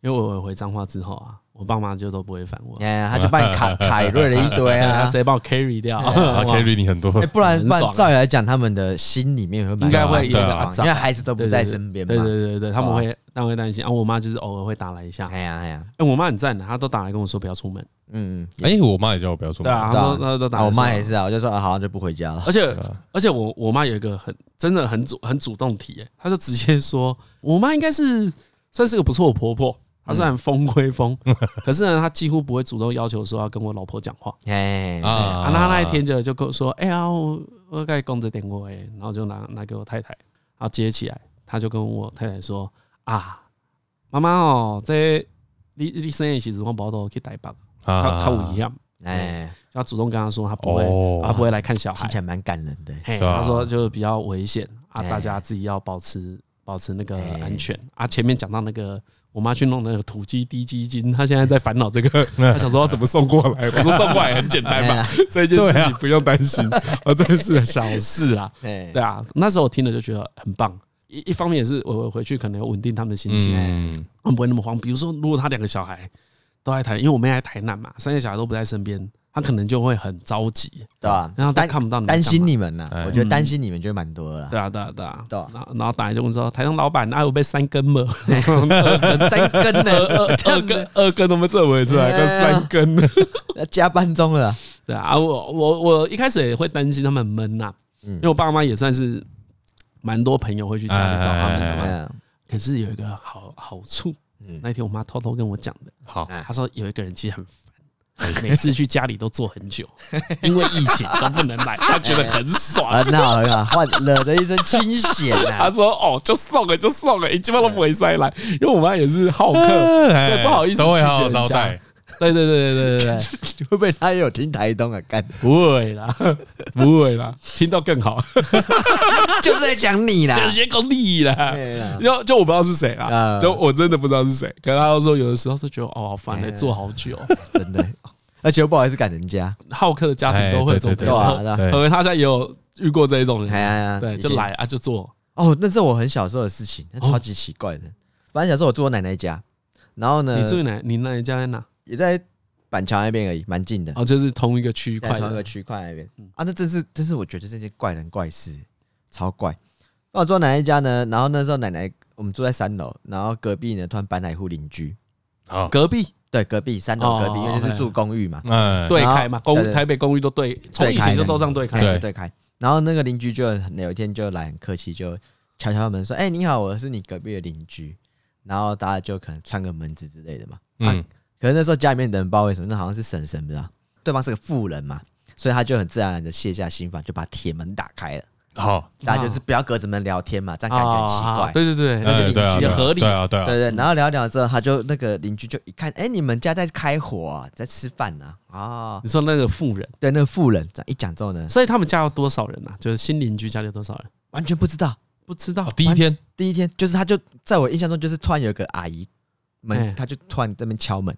A: 因为我回彰化之后啊，我爸妈就都不会烦我，
C: 哎、他就帮你凯凯瑞了一堆
A: 他
C: 啊
A: 直。接帮我 carry 掉，
B: 他 carry 你很多
C: 哎、，不然
A: 很
C: 不
A: 爽啊
C: 然，照理来讲，他们的心里面会蛮
A: 应该会
C: 蛮
A: 有点
B: 对
A: 阿
B: 啊
A: 杂
C: 因为孩子都不在身边嘛
A: 对。对对对对，他们会他们会担心啊。我妈就是偶尔会打来一下，哎，
C: 哎呀哎呀，
A: 我妈很赞啊的，她都打来跟我说不要出门。
C: 嗯，嗯
B: 哎，我妈也叫我不要出
A: 对
B: 门。
A: 啊，
C: 对
A: 她
C: 啊
A: 都她都打
C: 啊
A: 来
C: 我
A: 说
C: 妈也是啊，我就说啊，好像就不回家了。
A: 而且而且我我妈有一个很真的很主很主动提耶，她就直接说，我妈应该是算是个不错的婆婆。她虽然疯归疯，可是呢，她几乎不会主动要求说要跟我老婆讲话。
C: 哎，
B: 啊
A: 啊，那她那一天就就跟我说，哎呀，我我该公着点我哎，然后就拿拿给我太太，然后接起来，她就跟我太太说啊，妈妈哦，这你你生的时候我无多去台北，她
B: 啊
A: 她有一样，
C: 哎，
A: 她主动跟她说她不会，她不
B: 哦，
A: 会来看小孩
C: 听起。来蛮感人的。
A: 嘿，
B: 对啊
A: 他说就是比较危险啊，
C: 哎
A: 大家自己要保持保持那个
C: 哎
A: 安全啊。前面讲到那个我妈去弄那个土鸡低基金，她现在在烦恼这 个，她想说要怎么送过来。我说送过来很简
C: 哎
A: 单嘛，这件事
C: 啊
A: 情不用担 心啊，这是小事啦。
C: 哎，
A: 对啊，那时候我听了就觉得很棒。一一方面也是我我回去可能要稳定他们的心情，哎
B: 嗯，
A: 他们不会那么慌。比如说，如果他两个小孩都在台，因为我妹在台南嘛，三个小孩都不在身边，他可能就会很着急，
C: 对吧？
A: 然后他
C: 担
A: 看不到你在
C: 担
A: 干嘛
C: 心你们呐
B: 哎，
C: 我觉得担心你们就蛮多了啦。
A: 对啊，对啊，对啊，
C: 对啊
A: 然后然后打来就问说，台中老板，啊，有被三根 吗？
C: 啊三更
A: 二
C: 呢，
A: 二根，二根都没这回事啊，
C: 哎呀
A: 跟三根呢？
C: 加班中了。
A: 对啊，啊我我我一开始也会担心他们很闷呐，
C: 嗯
A: 因为我爸妈也算是蛮多朋友会去家里找他们的
B: 哎哎
A: 嘛。
B: 哎
C: 嗯
A: 可是有一个好好处，
C: 嗯，
A: 那天我妈偷偷跟我讲的，
B: 好，
C: 哎
A: 她说有一个人其实很烦，每次去家里都坐很久，因为疫情都不能来，她觉得很爽。
C: 很啊好很好，换惹得一身清闲
A: 他
C: 啊。
A: 说：“哦，就送了，就送了，一基本都不会塞来，因为我妈也是好客，所以不好意思
B: 哎都会好好
A: 拒绝人
B: 招
A: 家
B: 待。
A: 对对对对对对 对，
C: 会不会他也有听台东啊？干，
A: 不会啦，不会啦，听到更 好，
C: 就是在讲你啦。哎
A: 有些功利啦。
C: 对啦
A: 就就我不知道是谁啦，
C: 啊
A: 就我真的不知道是谁。可是他就说，有的时候就觉得哦，好烦欸，
C: 哎
A: 坐好久。
C: 真的，而且又不好意思赶人家。
A: 好客的家庭都会有这种
B: 哎
A: 朋
B: 对
C: 对啊
A: 友，
C: 对啊
B: 对
A: 可能他家也有遇过这一种人，
C: 哎呀呀，
A: 对，
C: 以
A: 就
C: 前
A: 来啊哦就坐，
C: 哦，那是我很小时候的事情，那超级奇怪的。反正小时候我住我奶奶家，然后呢
A: 你，住哪？你那你家在哪？
C: 也在板桥那边而已，蛮近的，
A: 哦，就是同一个区
C: 在
A: 块
C: 同一个
A: 的，嗯
C: 区块那边啊。那真是真是，我觉得这些怪人怪事，超怪。那我住我奶奶家呢，然后那时候奶奶，我们住在三楼，然后隔壁呢突然搬来一户邻居，
B: 好，
A: 隔壁
C: 对，隔壁三楼
A: 哦
C: 隔壁，因为就是住公寓嘛，
B: 嗯，
A: 对开
C: 然
A: 嘛，
C: 后
A: 公
C: 对对
A: 台北公寓都对，从
C: 对
A: 以
C: 开
A: 前就
C: 的
A: 都这样对
C: 对
A: 开。
B: 对
C: 对开。然后那个邻居就很有一天就来很客气，就敲敲门说：“哎、你好，我是你隔壁的邻居。”然后大家就可能串个门子之类的嘛。啊
B: 嗯，
C: 可是那时候家里面的人不知道为什么，那好像是婶婶不知道，对方是个富人嘛，所以他就很自然而然的卸下心防，就把铁门打开了。
B: 好，
C: 大家就是不要隔着门聊天嘛，这样感觉很奇怪。
A: 啊对对对，
C: 那是
B: 哎
C: 邻
B: 对啊
C: 居
B: 对啊
A: 合理
B: 对啊，对啊，
C: 对对，然后聊一聊之后，他就那个邻居就一看，哎、你们家在开火、啊，在吃饭呢、啊。哦，
A: 你说那个富人，
C: 对，那个富人这样一讲之后呢，
A: 所以他们家有多少人啊？就是新邻居家里有多少人？
C: 完全不知道。
A: 不知道
B: 哦，第一天
C: 第一天就是，他就在我印象中，就是突然有一个阿姨
A: 哎
C: 门，他就突然这边敲门，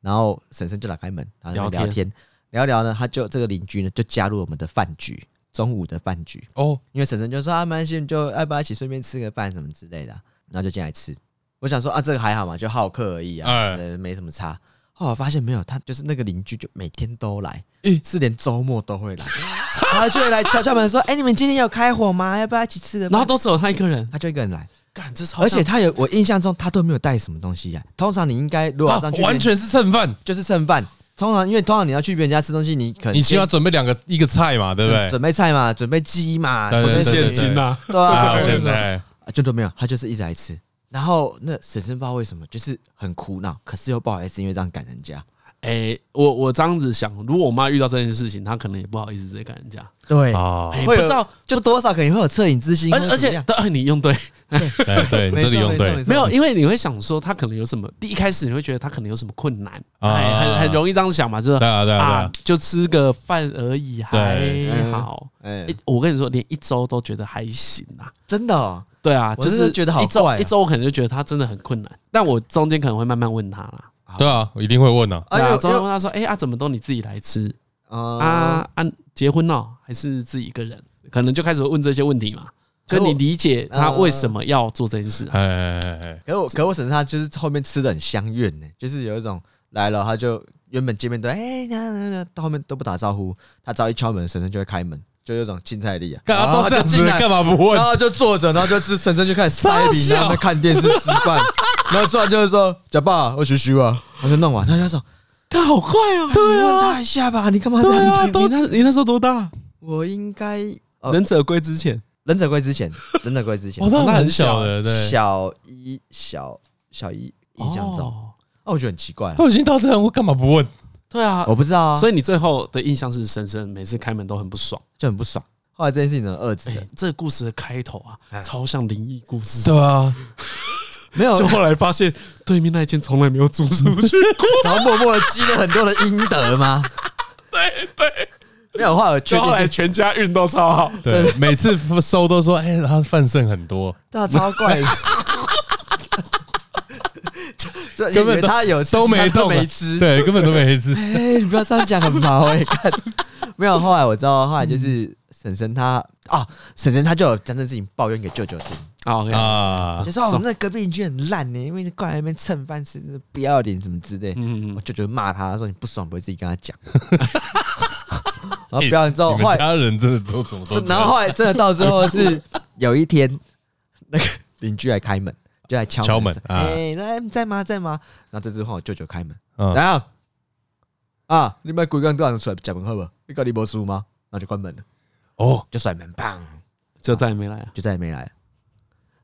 C: 然后婶婶就打开门，然
A: 聊
C: 后
A: 天
C: 聊天聊一聊呢，他就这个邻居呢就加入我们的饭局，中午的饭局，
B: 哦，
C: 因为婶婶就说啊，没关系，你就要不要一起顺便吃个饭什么之类的啊、然后就进来吃。我想说啊，这个还好嘛，就好客而已啊，
B: 哎
C: 呃，没什么差。后来我发现没有，他就是那个邻居，就每天都来，
B: 咦
C: 是连周末都会来， 他就会来敲敲门说：“哎、你们今天有开火吗？要不要一起吃个饭？”
A: 然后都只有他一个人，
C: 他就一个人来，
A: 干这超
C: 而且
A: 像
C: 他有我印象中他都没有带什么东西来。通常你应该如果要
B: 啊
C: 上去，
B: 完全是蹭饭，
C: 就是剩饭。通常因为通常你要去别人家吃东西，你可能
B: 你起
C: 先
B: 码准备两个一个菜嘛，对不对？
C: 准备菜嘛，准备鸡嘛，
B: 对
C: 准备
B: 对对对
A: 啊，
C: 对啊，
B: 啊，
C: 或者
B: 现
C: 说
B: 在
C: 啊，就都没有，他就是一直来吃。然后那婶婶不知道为什么，就是很苦恼，可是又不好意思，因为这样赶人家。
A: 哎，我我这样子想，如果我妈遇到这件事情，她可能也不好意思直接赶人家，
C: 对
B: 啊，
A: 哎，不
C: 哦会有
A: 知道，
C: 就多少可能会有恻隐之心，
A: 而而且对，哎你用对，
B: 对哎对，你这里用对，
A: 没有，因为你会想说她可能有什么，第一开始你会觉得她可能有什么困难，
B: 啊
A: 哎，很很容易这样想嘛，就是
B: 对啊对啊
A: 啊，就吃个饭而已，
B: 对
A: 还好。
C: 哎
A: 哎，我跟你说，连一周都觉得还行啊。
C: 真的哦，
A: 对啊，
C: 我
A: 就是
C: 觉得好
A: 一周
C: 怪啊
A: 一周，我可能就觉得他真的很困难，但我中间可能会慢慢问他啦。
B: 对对啊，我一定会问啊，
A: 对
C: 哎
A: 啊，
C: 呦
A: 中间问他说：“哎、啊，怎么都你自己来吃
C: 啊，
A: 啊？啊，结婚了还是自己一个人？”可能就开始问这些问题嘛，
C: 可
A: 跟
C: 我
A: 你理解他为什么要做这件事、啊。
B: 哎哎哎哎，
C: 可我可我婶婶她就是后面吃的很香艳呢，就是有一种来了，她就原本见面都哎那那那到后面都不打招呼，她只要一敲门，婶婶就会开门，就有一种青菜力啊，
B: 干嘛都这样哦子
C: 然后就进
B: 了，
C: 来
B: 干嘛不问
C: 然？后就坐着，然后就吃，婶婶就开始塞
B: 傻
C: 饼，
B: 笑
C: 然后在看电视吃饭，然后突然就是说：“假爸，我洗洗啊。”他就弄完，他就说
A: 他好快啊！：“
C: 对啊，问他一下吧，你干嘛这
A: 对啊，
C: 样子
A: 你那你那时候多大？？”
C: 我应该呃
A: 忍者龟之前，
C: 忍者龟 之前，忍者龟之前
B: 我，都
A: 那很
B: 很小
A: 小
B: 的，哦对，
C: 小一小小一印象中，
A: 哦
C: 哦，我觉得很奇怪啊，
B: 都已经到这样，我干嘛不问？
A: 对啊，
C: 我不知道啊，所
A: 所
C: 以
A: 以你最后的印象是深深，每次开门都很不爽。
C: 就很不爽。后来这件事情怎么遏制
A: 哎、
C: 的？
A: 这个故事的开头啊，超像灵异故事。
B: 对啊，
C: 没有，
A: 就后来发现对面那一间从来没有租出去，
C: 然后默默的积了很多的阴德吗？
A: 对对，
C: 没有，后来我 确
A: 就后
C: 定
A: 来全家运都超好，
B: 对，每次收都说，哎，他饭剩很多，
C: 对啊，超怪的。就
B: 根
C: 因
B: 本
C: 为
B: 都
C: 他有吃
B: 都没
C: 他
B: 动啊，
C: 没吃。
B: 对，根本都没吃。
C: 哎、你不要这样讲，很毛嗯哎、看， 没有，后来我知道，后来就是婶婶她啊，婶婶她就有将这事情抱怨给舅舅听，
A: 啊 OK，
B: 啊
C: 就，说哦我们那隔壁邻居很烂欸呢、因为过来那边蹭饭吃，真是不要脸什么之类。
A: 嗯，
C: 我
A: 嗯
C: 舅舅骂他说你不爽不会自己跟他 讲，然后不要之后，
B: 你
C: 后
B: 们
C: 来，
B: 家人真的都怎么都这样
C: 然后后来真的到最后是有一天，那个邻居来开门，就来敲
B: 敲门
C: 说
B: 啊
C: 哎、在在吗在吗？然后这次换我舅舅开门。
B: 嗯
C: 然后啊，你买鬼干干出来吃饭好不？你搞你无输吗？然后就关门了，
B: 哦，
C: 就甩门，砰，
A: 就再也没来啊。
C: 就再也没来了。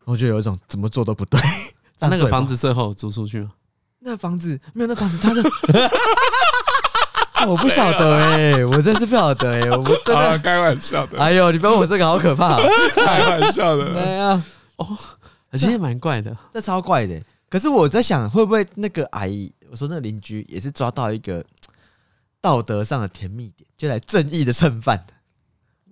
C: 我就有一种怎么做都不对。这样
A: 那
C: 做
A: 个
C: 也不好
A: 房，子最后有租出去吗？
C: 那房子没有，那房子他的，啊 我不晓得哎、我真是不晓得哎、我不真的，
B: 啊开玩笑的，
C: 哎呦，你不要问我这个好可怕、啊
B: 开玩笑的，
C: 对啊，
A: 其实蛮怪的，
C: 这超怪的欸、可是我在想，会不会那个阿姨，我说那个邻居也是抓到一个道德上的甜蜜点，就来正义的蹭饭。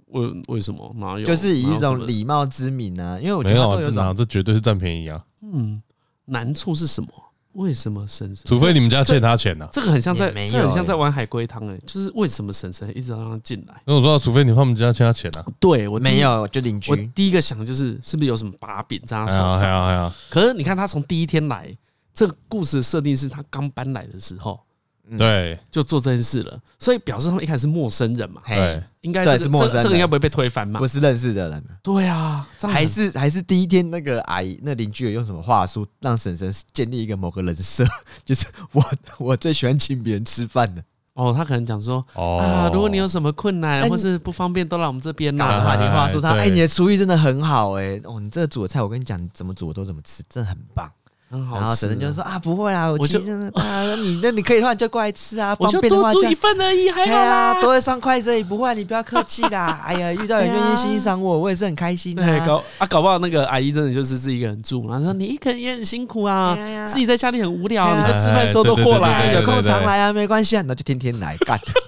A: 为为什么？哪有？
C: 就是以一种
A: 理
C: 礼貌之名啊，因为我觉
B: 没
C: 得
B: 有啊，
C: 他都有
B: 这
C: 一
B: 哪
C: 种
B: 这绝对是占便宜啊，
A: 嗯难处是什么？为什么婶婶？
B: 除非你们家欠他钱啊呐。
A: 这个很像在
C: 也没，有
A: 这很像在玩海龟汤哎，就是为什么婶婶一直要让他进来？
B: 因为我说，除非你他们家欠他钱呐。啊
A: 对我第一
C: 没，有就邻
A: 我
C: 居，
A: 第一个想的就是是不是有什么把柄
D: 啊
A: 在他
B: 哎
A: 手
B: 呀
A: 上
B: 哎？呀哎呀，
A: 可是你看他从第一天来，这个故事的设定是他刚搬来的时候，
D: 嗯
B: 对
A: 就做这件事了，所以表示他们一开始是陌生人嘛，
B: 对
C: 嘿，
A: 应该
C: 对
A: 这个
C: 是陌生
A: 这个这个
C: 人
A: 应该不会被推翻嘛
C: 不？是认识的人，
A: 对啊，这样很
C: 还是还是第一天那个阿姨那邻居有用什么话术让婶婶建立一个某个人设， 就是我我最喜欢请别人吃饭的，
A: 哦，他可能讲说
B: 哦
A: 啊，如果你有什么困难
C: 哎
A: 或是不方便，都来我们这边
C: 打
A: 啦。
C: 电话电话说他
B: 对
C: 哎你的厨艺真的很好哎、哦你这煮的菜我跟你讲你怎么煮我都怎么吃，真的很棒。
A: 很好吃啊。
C: 然后婶婶就说啊不会啦，我
A: 我
C: 其
A: 就
C: 实真的啊你那你可以的话你就过来吃 啊，
A: 我
C: 方
A: 就
C: 便的
A: 多
C: 话
A: 煮
C: 就
A: 一份而已，还好
C: 对啊，
A: 啦。
C: 多一双筷子而已，不会，你不要客气 啦。哎呀，遇到有人愿意欣赏我，我也是很开心
A: 对，
C: 啊。
A: 搞啊，搞不好那个阿姨真的就是自己一个人住，然后说你一个人也很辛苦啊
C: 哎呀，
A: 自己在家里很无聊，
C: 哎呀
A: 你就吃饭的时候都过
B: 对
A: 来。
C: 有
A: 有
C: 空常来啊，没关系啊，那就天天来干。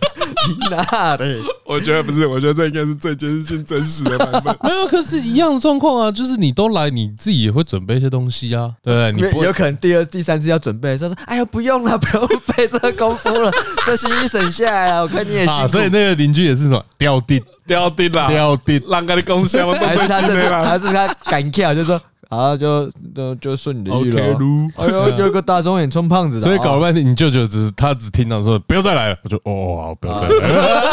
C: 你那的，
D: 我觉得不是，我觉得这应该是最接近真实的版本。
B: 没有，可是一样的状况啊，就是你都来，你自己也会准备一些东西啊，对不对？你不
C: 有
B: 会
C: 有可能第二、第三次要准备的时候说：“哎呀，不用了，不用费这个功夫了，这心意省下来了。”我看你也辛
B: 啊，
C: 苦
B: 所以，那个邻居也是什么掉地
D: 掉定啦，
B: 掉地，
D: 让给你贡 献，我都
C: 还
D: 没
C: 是他
D: 记
C: 这
D: 得
C: 次，
D: 啦。
C: 还是他敢跳，就说：“啊，就就就顺你的意
D: OK
C: 了。
D: 噜，”
C: 哎 呦，有个大中眼充胖子
B: 啊
C: 的，
B: 所以搞了
C: 哦
B: 半天，你舅舅只是他只听到说不要再来了，我就哦，好不要再来
D: 啊
B: 了，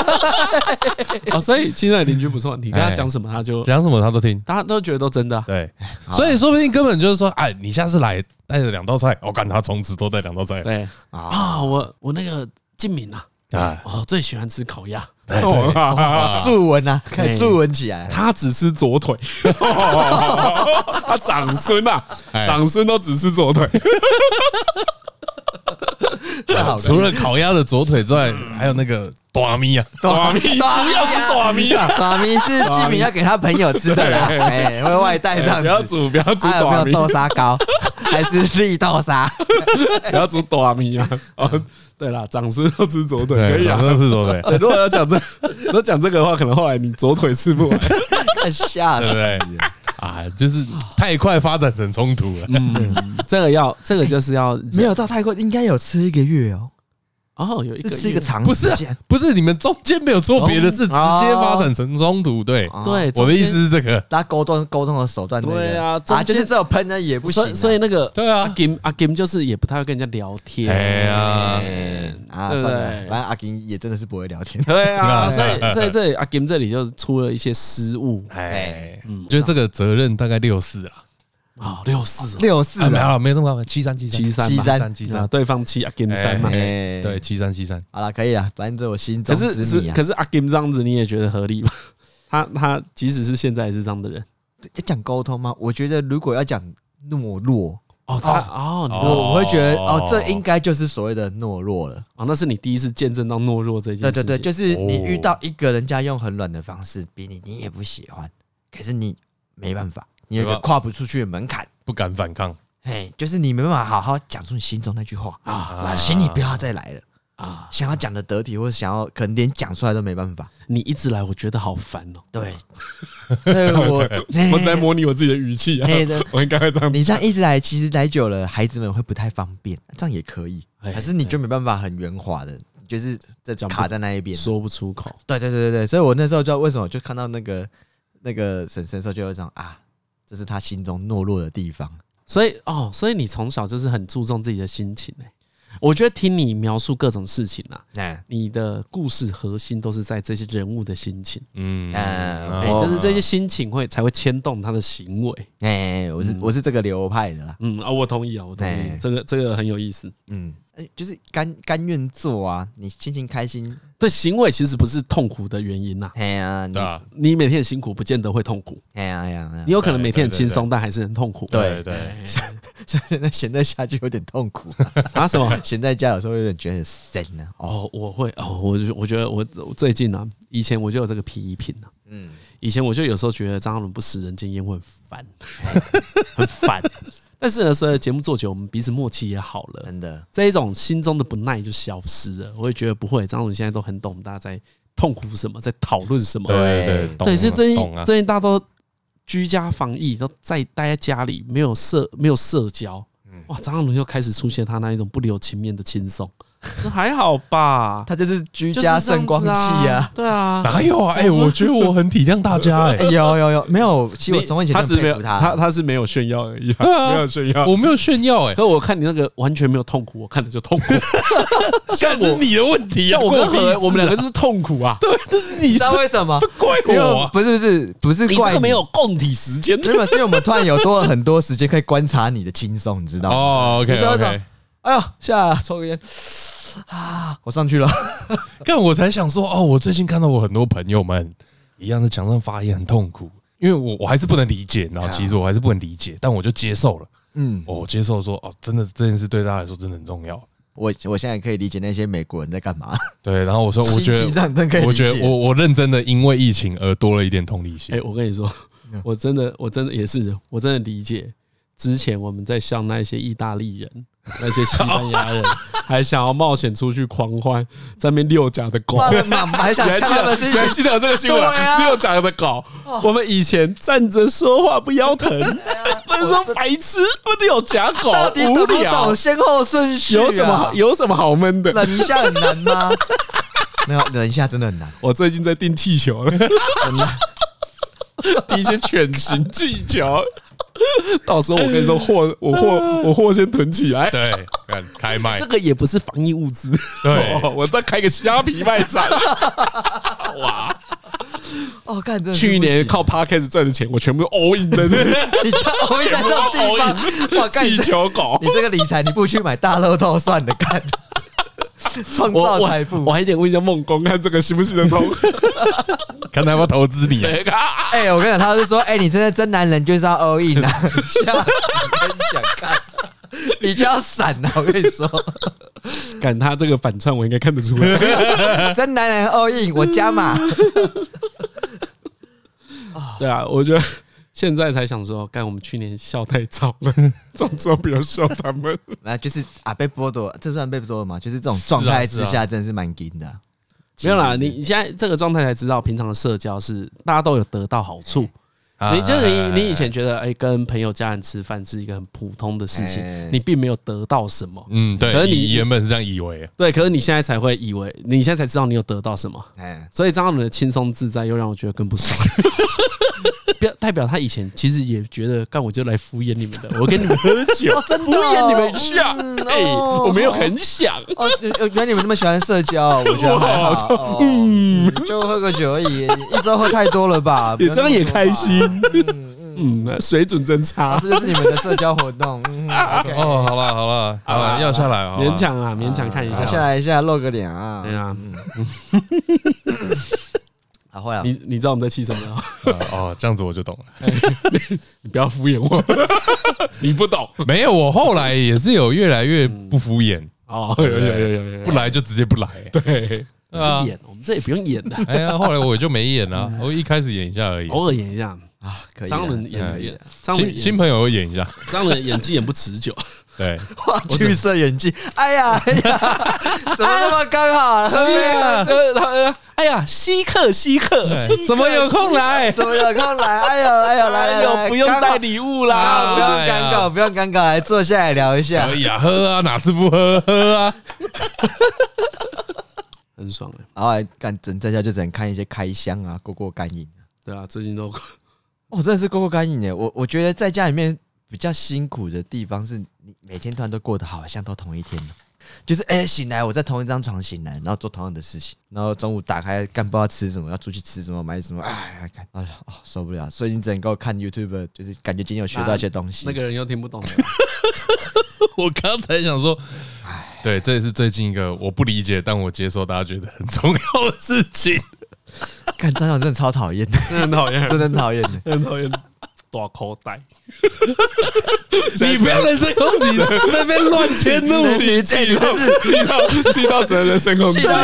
A: 哦，所以现在邻居不错，你跟
C: 哎
A: 他讲什么，他就
B: 讲什么他都听。
A: 大家都觉得都真的啊。
B: 对，所以说不定根本就是说，哎，你下次来带着两道菜，我、哦、干他从此都带两道菜
A: 对啊，我我那个静敏啊，
B: 啊，
A: 我最喜欢吃烤鸭，
B: 对
D: 哦
B: 对
C: 啊皱纹啊，开
A: 哎
C: 始皱纹起来。
A: 他只吃左腿，
D: 他长孙啊，
B: 哎
D: 长孙都只吃左腿，
C: 太好了
B: 除了烤鸭的左腿之外，还有那个短咪啊，
D: 短命
C: 短
D: 不
C: 命
D: 要吃短命啊，
C: 妈咪是志明要给他朋友吃的啦，哎，会外带这
A: 啊
C: 样
D: 不要
C: 子。
D: 煮，不要煮
C: 还有没
D: 短
C: 有
D: 命，
C: 豆沙糕？ 还是绿豆沙？
D: 不要煮短命
C: 哎
D: 啊。哦，对啦，长孙都吃左腿，可以啊。
B: 那是左腿，
D: 对如果要讲这， 如果讲这个的话，可能后来你左腿吃不完。
C: 吓
B: 对不
C: 死！
B: 对？啊，就是太快发展成冲突了。
C: 嗯
A: 这个要这个就是要
C: 没有到泰国，应该有吃一个月哦，
A: 哦，有一个
C: 这是一
A: 月
C: 个长
B: 不是
C: 时
B: 啊
C: 间。
B: 不是你们中间没有做别的事，直接发展成冲突。对，
C: 哦
A: 对，
B: 我的
A: 中
B: 意
A: 间
B: 思是这个。
C: 大家沟通沟通的手段那个，
A: 对啊中
C: 啊，
A: 间
C: 就是只有喷的也不行
A: 所
C: 啊，
A: 以所以那个
B: 对啊
A: 阿 Kim 阿 Kim 就是也不太会跟人家聊天，
B: 哎呀，
C: 啊，
A: 对不
C: 算
A: 对
C: 了，反正阿金也真的是不会聊天。
A: 对啊，
B: 对
A: 所以所以这里阿 Kim 这里就出了一些失误
B: 哎，
A: 嗯
B: 就是这个责任大概六四啦，
A: 啊，六四哦
C: 六四
B: 啊，没有
C: 啊，
B: 啦没有这么高，七三七三
A: 七三
C: 吧
B: 七
A: 啊，
B: 三，
A: 对方七阿 Kim 三嘛
B: 哎，
C: 哎，
B: 对，，七三七三，
C: 好了，可以了，反正这我心
A: 可
C: 中
A: 是
C: 之
A: 是
C: 谜啊
A: 可。是阿 Kim 这样子你也觉得合理吗？ 他他即使是现在也是这样的人
C: 要讲沟通吗？我觉得如果要讲懦弱，
A: 哦，他哦你
B: 哦
A: 就
C: 我我会觉得哦，这应该就是所谓的懦弱了。
A: 哦那是你第一次见证到懦弱这件
C: 对
A: 事情，
C: 对对，就是你
B: 哦
C: 遇到一个人家用很软的方式逼你，你也不喜欢，可是你没办法，你有一
B: 没
C: 个
B: 办法
C: 跨不出去的门槛，
B: 不敢反抗
C: 嘿，就是你没办法好好讲出你心中那句话
A: 啊
C: 啊，请你不要再来了。
A: 啊，
C: 想要讲的得体，或者想要可能连讲出来都没办法。
A: 你一直来我觉得好烦哦，
C: 对， 对我
D: 我只在模拟我自己的语气啊
C: 嘿对，
D: 我应该会这样。
C: 你这样一直来，其实来久了，孩子们会不太方便，这样也可以。
A: 哎
C: 还是你就没办法很圆滑的，就是这
A: 讲不
C: 卡在那一边。
A: 说不出口，
C: 对对对对对，所以我那时候就为什么就看到那个那个婶婶的时候，就有一种啊，这是他心中懦弱的地方。
A: 所以哦，所以你从小就是很注重自己的心情哎、我觉得听你描述各种事情啊，
C: 哎、
A: 你的故事核心都是在这些人物的心情，
B: 嗯，
C: 嗯
A: 哎、
B: 啊
C: 哦
A: 就是这些心情会才会牵动他的行为。
C: 哎、我是、我是这个流派的啦，
A: 嗯啊，我同意啊，我同意
C: 哎，
A: 这个这个很有意思。
C: 嗯，哎就是甘甘愿做啊，你心情开心，
A: 对，行为其实不是痛苦的原因呐、
C: 哎呀、你
B: 对啊，
A: 你每天很辛苦，不见得会痛苦，
C: 哎呀哎呀，哎呀
A: 你有可能
B: 对
A: 每天很
B: 对对
A: 轻松，但还是很痛苦。
B: 对
C: 对
B: 对，
C: 像现在闲在家就有点痛 苦、
A: 啊什么？
C: 闲在家有时候有点觉得很深呢、啊。哦，
A: 哦，我会哦，我就我觉得我我最近啊，以前我就有这个批评啊，
C: 嗯，
A: 以前我就有时候觉得张翰伦不食人间烟火很烦，很烦。但是呢，随着节目做久，我们彼此默契也好了，
C: 真的，
A: 这一种心中的不耐就消失了。我也觉得不会，张翰伦现在都很懂大家在痛苦什么，在讨论什么。
B: 对对懂
A: 对，是最
B: 懂
A: 近
B: 啊，
A: 最近大家都居家防疫，都在待在家里，
B: 嗯
A: 没有社没有社交。哇，张翰伦又开始出现他那一种不留情面的轻松，那还好吧？
C: 他就是居家圣光器
A: 就是这样
C: 啊。
A: 子啊，对 啊，
B: 哪有啊？哎，我觉得我很体谅大家，哎
C: 哎，有有有，没有？其实我
A: 你
C: 从以前
A: 他
C: 就
A: 只是没
C: 很佩
A: 有
C: 服
A: 他他是没有炫耀而已啊，
B: 对啊
A: 没有炫耀。
B: 我没有炫耀，哎，
A: 可我看你那个完全没有痛苦，我看着就痛苦。
B: 像是你的问题啊，
A: 像我
B: 关
A: 跟
B: 屁事
A: 何
B: 啊，
A: 我们两个就是痛苦啊，
B: 对，这是
C: 你
B: 你
C: 知道为什么？
B: 怪
C: 因为
B: 我啊，
C: 不是不是不是
A: 你这
C: 怪
A: 个没有共体时间。
C: 没有，是因为我们突然有多了很多时间可以观察你的轻松，你知道吗？
B: 哦
C: 你
B: ，OK
C: 知道为什
B: OK
C: 么。哎呦，下来抽个烟啊，我上去了。
B: 但我才想说，哦，我最近看到我很多朋友们一样在墙上发言，很痛苦，因为我我还是不能理解，然后其实我还是不能理解，但我就接受了，
C: 嗯，
B: 哦我接受说，哦，真的这件事对大家来说真的很重要，
C: 我我现在可以理解那些美国人在干嘛，
B: 对，然后我说，我觉
C: 心情上真可以
B: 得，
C: 理解
B: 我觉得我我认真的因为疫情而多了一点同理心
A: 哎，，我跟你说，我真的我真的也是，我真的理解。之前我们在像那些意大利人、那些西班牙人，还想要冒险出去狂欢，在那边六甲的狗， 啊
C: 妈的嘛，还想
A: 你还
C: 呛
A: 记
C: 他
A: 得
C: 们是
A: 你还记得有这个新闻？
C: 对啊
A: 六甲的狗，我们以前站着说话不 腰疼，不是说白痴，不是有假 狗
C: 到底
A: 无
C: 懂不
A: 聊
C: 懂，先后顺序、啊？
A: 有什么好有什么好闷 的？
C: 忍一下很难吗？没有，忍一下真的很难。
A: 我最近在订气球 了，订一些犬型气球，到时候我跟你说 货，我货我货先囤起来。
B: 对，看开麦
A: 这，个也不是防疫物资，
B: 对
A: 我再开个虾皮卖 场。
C: 哦，干，真的是
A: 去
C: 不
A: 年
C: 行
A: 靠 podcast 赚的钱，我全部 all in 在这里
C: 你在我们在这种
A: 哦
C: 地 方，哇，干你
A: 气
C: 这
A: 球狗
C: 你。这个理财你不去买大乐透算 了，干，创
A: 我
C: 造
A: 我
C: 财富
A: 我。还得问一下梦工，看这个行不行得 通。
B: 看他要不要投资你 啊，
C: 哎、我跟你讲，他是说，哎、你真的真男人就是要 all in 啊，下跟你想看，你就要闪啊！我跟 你说，
A: 赶他这个反串，我应该看得出
C: 啊
A: 来。
C: 真男人 all in，我加码。
A: 对啊，我觉得现在才想说，干我们去年笑太早 了，早知道不要笑他们。
C: 那就是啊，被剥夺，这算被剥夺吗？就是这种状态之
B: 是啊
C: 下，真的是蛮劲的啊、
A: 没有啦，你现在这个状态才知道，平常的社交是大家都有得到好处。
C: 哎
A: 你就是你，你以前觉啊得哎、跟朋友家人吃饭是一个很普通的事情
C: 哎，
A: 你并没有得到什么。
B: 嗯，对
A: 可，是你
B: 你原本是这样以为，
A: 对，可是你现在才会以为，你现在才知道你有得到什么。
C: 哎，
A: 所以张翰伦的轻松自在又让我觉得更不爽。 表代表他以前其实也觉得，干我就来敷衍你们的，我跟你们喝酒，
C: 哦真的哦
A: 敷衍你们一下。
C: 嗯
A: 哎、
C: 哦
A: 我没有很想，
C: 哦，原原来你们那么喜欢社交，我觉得还好，哦嗯，就喝个酒而已，一周喝太多了吧？
A: 你这样也开心
C: 不要那么多吧。嗯嗯
A: 嗯，水准真
C: 啊，
A: 差，
C: 这就是你们的社交活动。嗯，OK，
B: 哦，好了好了好了，要下来，好啦
A: 勉，强啊，勉强看一
C: 啊下
A: 下。
C: 来一下，露个脸啊
A: 对。啊，
C: 啊，会啊
A: 你，你知道我们在气什么吗？
B: 呃 哦，这样子我就懂了。
A: 你不要敷衍我， 你不懂
B: 没有，我后来也是有越来越不敷衍，
A: 哦，有有有有有
B: 不来就直接不来。
A: 对，
B: 对啊
A: 不，演，我们这也不用演的，
B: 哎呀，后来我就没演了，我一开始演一下而 已。
A: 偶尔演一下。
C: 啊，可以啊。
A: 张伦
C: 真的可
A: 演
C: 以
A: 演
C: 啊，
A: 张伦哦
B: 新
A: 演
B: 新朋友会演一下，
A: 张伦演技演不持久，
B: 对，
C: 话剧社演技，哎呀哎 呀，怎么那么刚好啊？
A: 啊，他哎呀，稀客稀
C: 啊
A: 客，
B: 怎么有空来？
C: 怎么有空来？哎呦哎呦，来来来，
A: 不用
C: 刚好
A: 带礼物
C: 啊，
A: 啦。
C: 不用
B: 哎呀
C: 尴尬，不用尴尬，来坐下来聊一下
B: 可以啊，喝啊，哪次不喝喝 啊？
A: 很爽哎、
C: 然后还干整在家就只能看一些开箱啊，过过干瘾。
A: 对啊，最近都
C: 哦，真的是过过干瘾耶！我我觉得在家里面比较辛苦的地方是，你每天突然都过得好像都同一天了就是哎、醒来我在同一张床醒来，然后做同样的事情，然后中午打开干不知道吃什么，要出去吃什么买什么，哎，看哎呀哦受不了，所以你只能够看 YouTube，就是感觉今天有学到一些东西。
A: 那个人又听不懂了，
B: 我刚才想说，对，这也是最近一个我不理解，但我接受大家觉得很重要的事情。
C: 看张扬真的超讨厌的，
A: 真的很讨厌，
C: 真的很讨厌的。
A: 很讨厌。大口袋，
B: 你不要人身攻击，那边乱迁怒
C: 你
A: 气到气到气到整个人身攻击，
C: 气到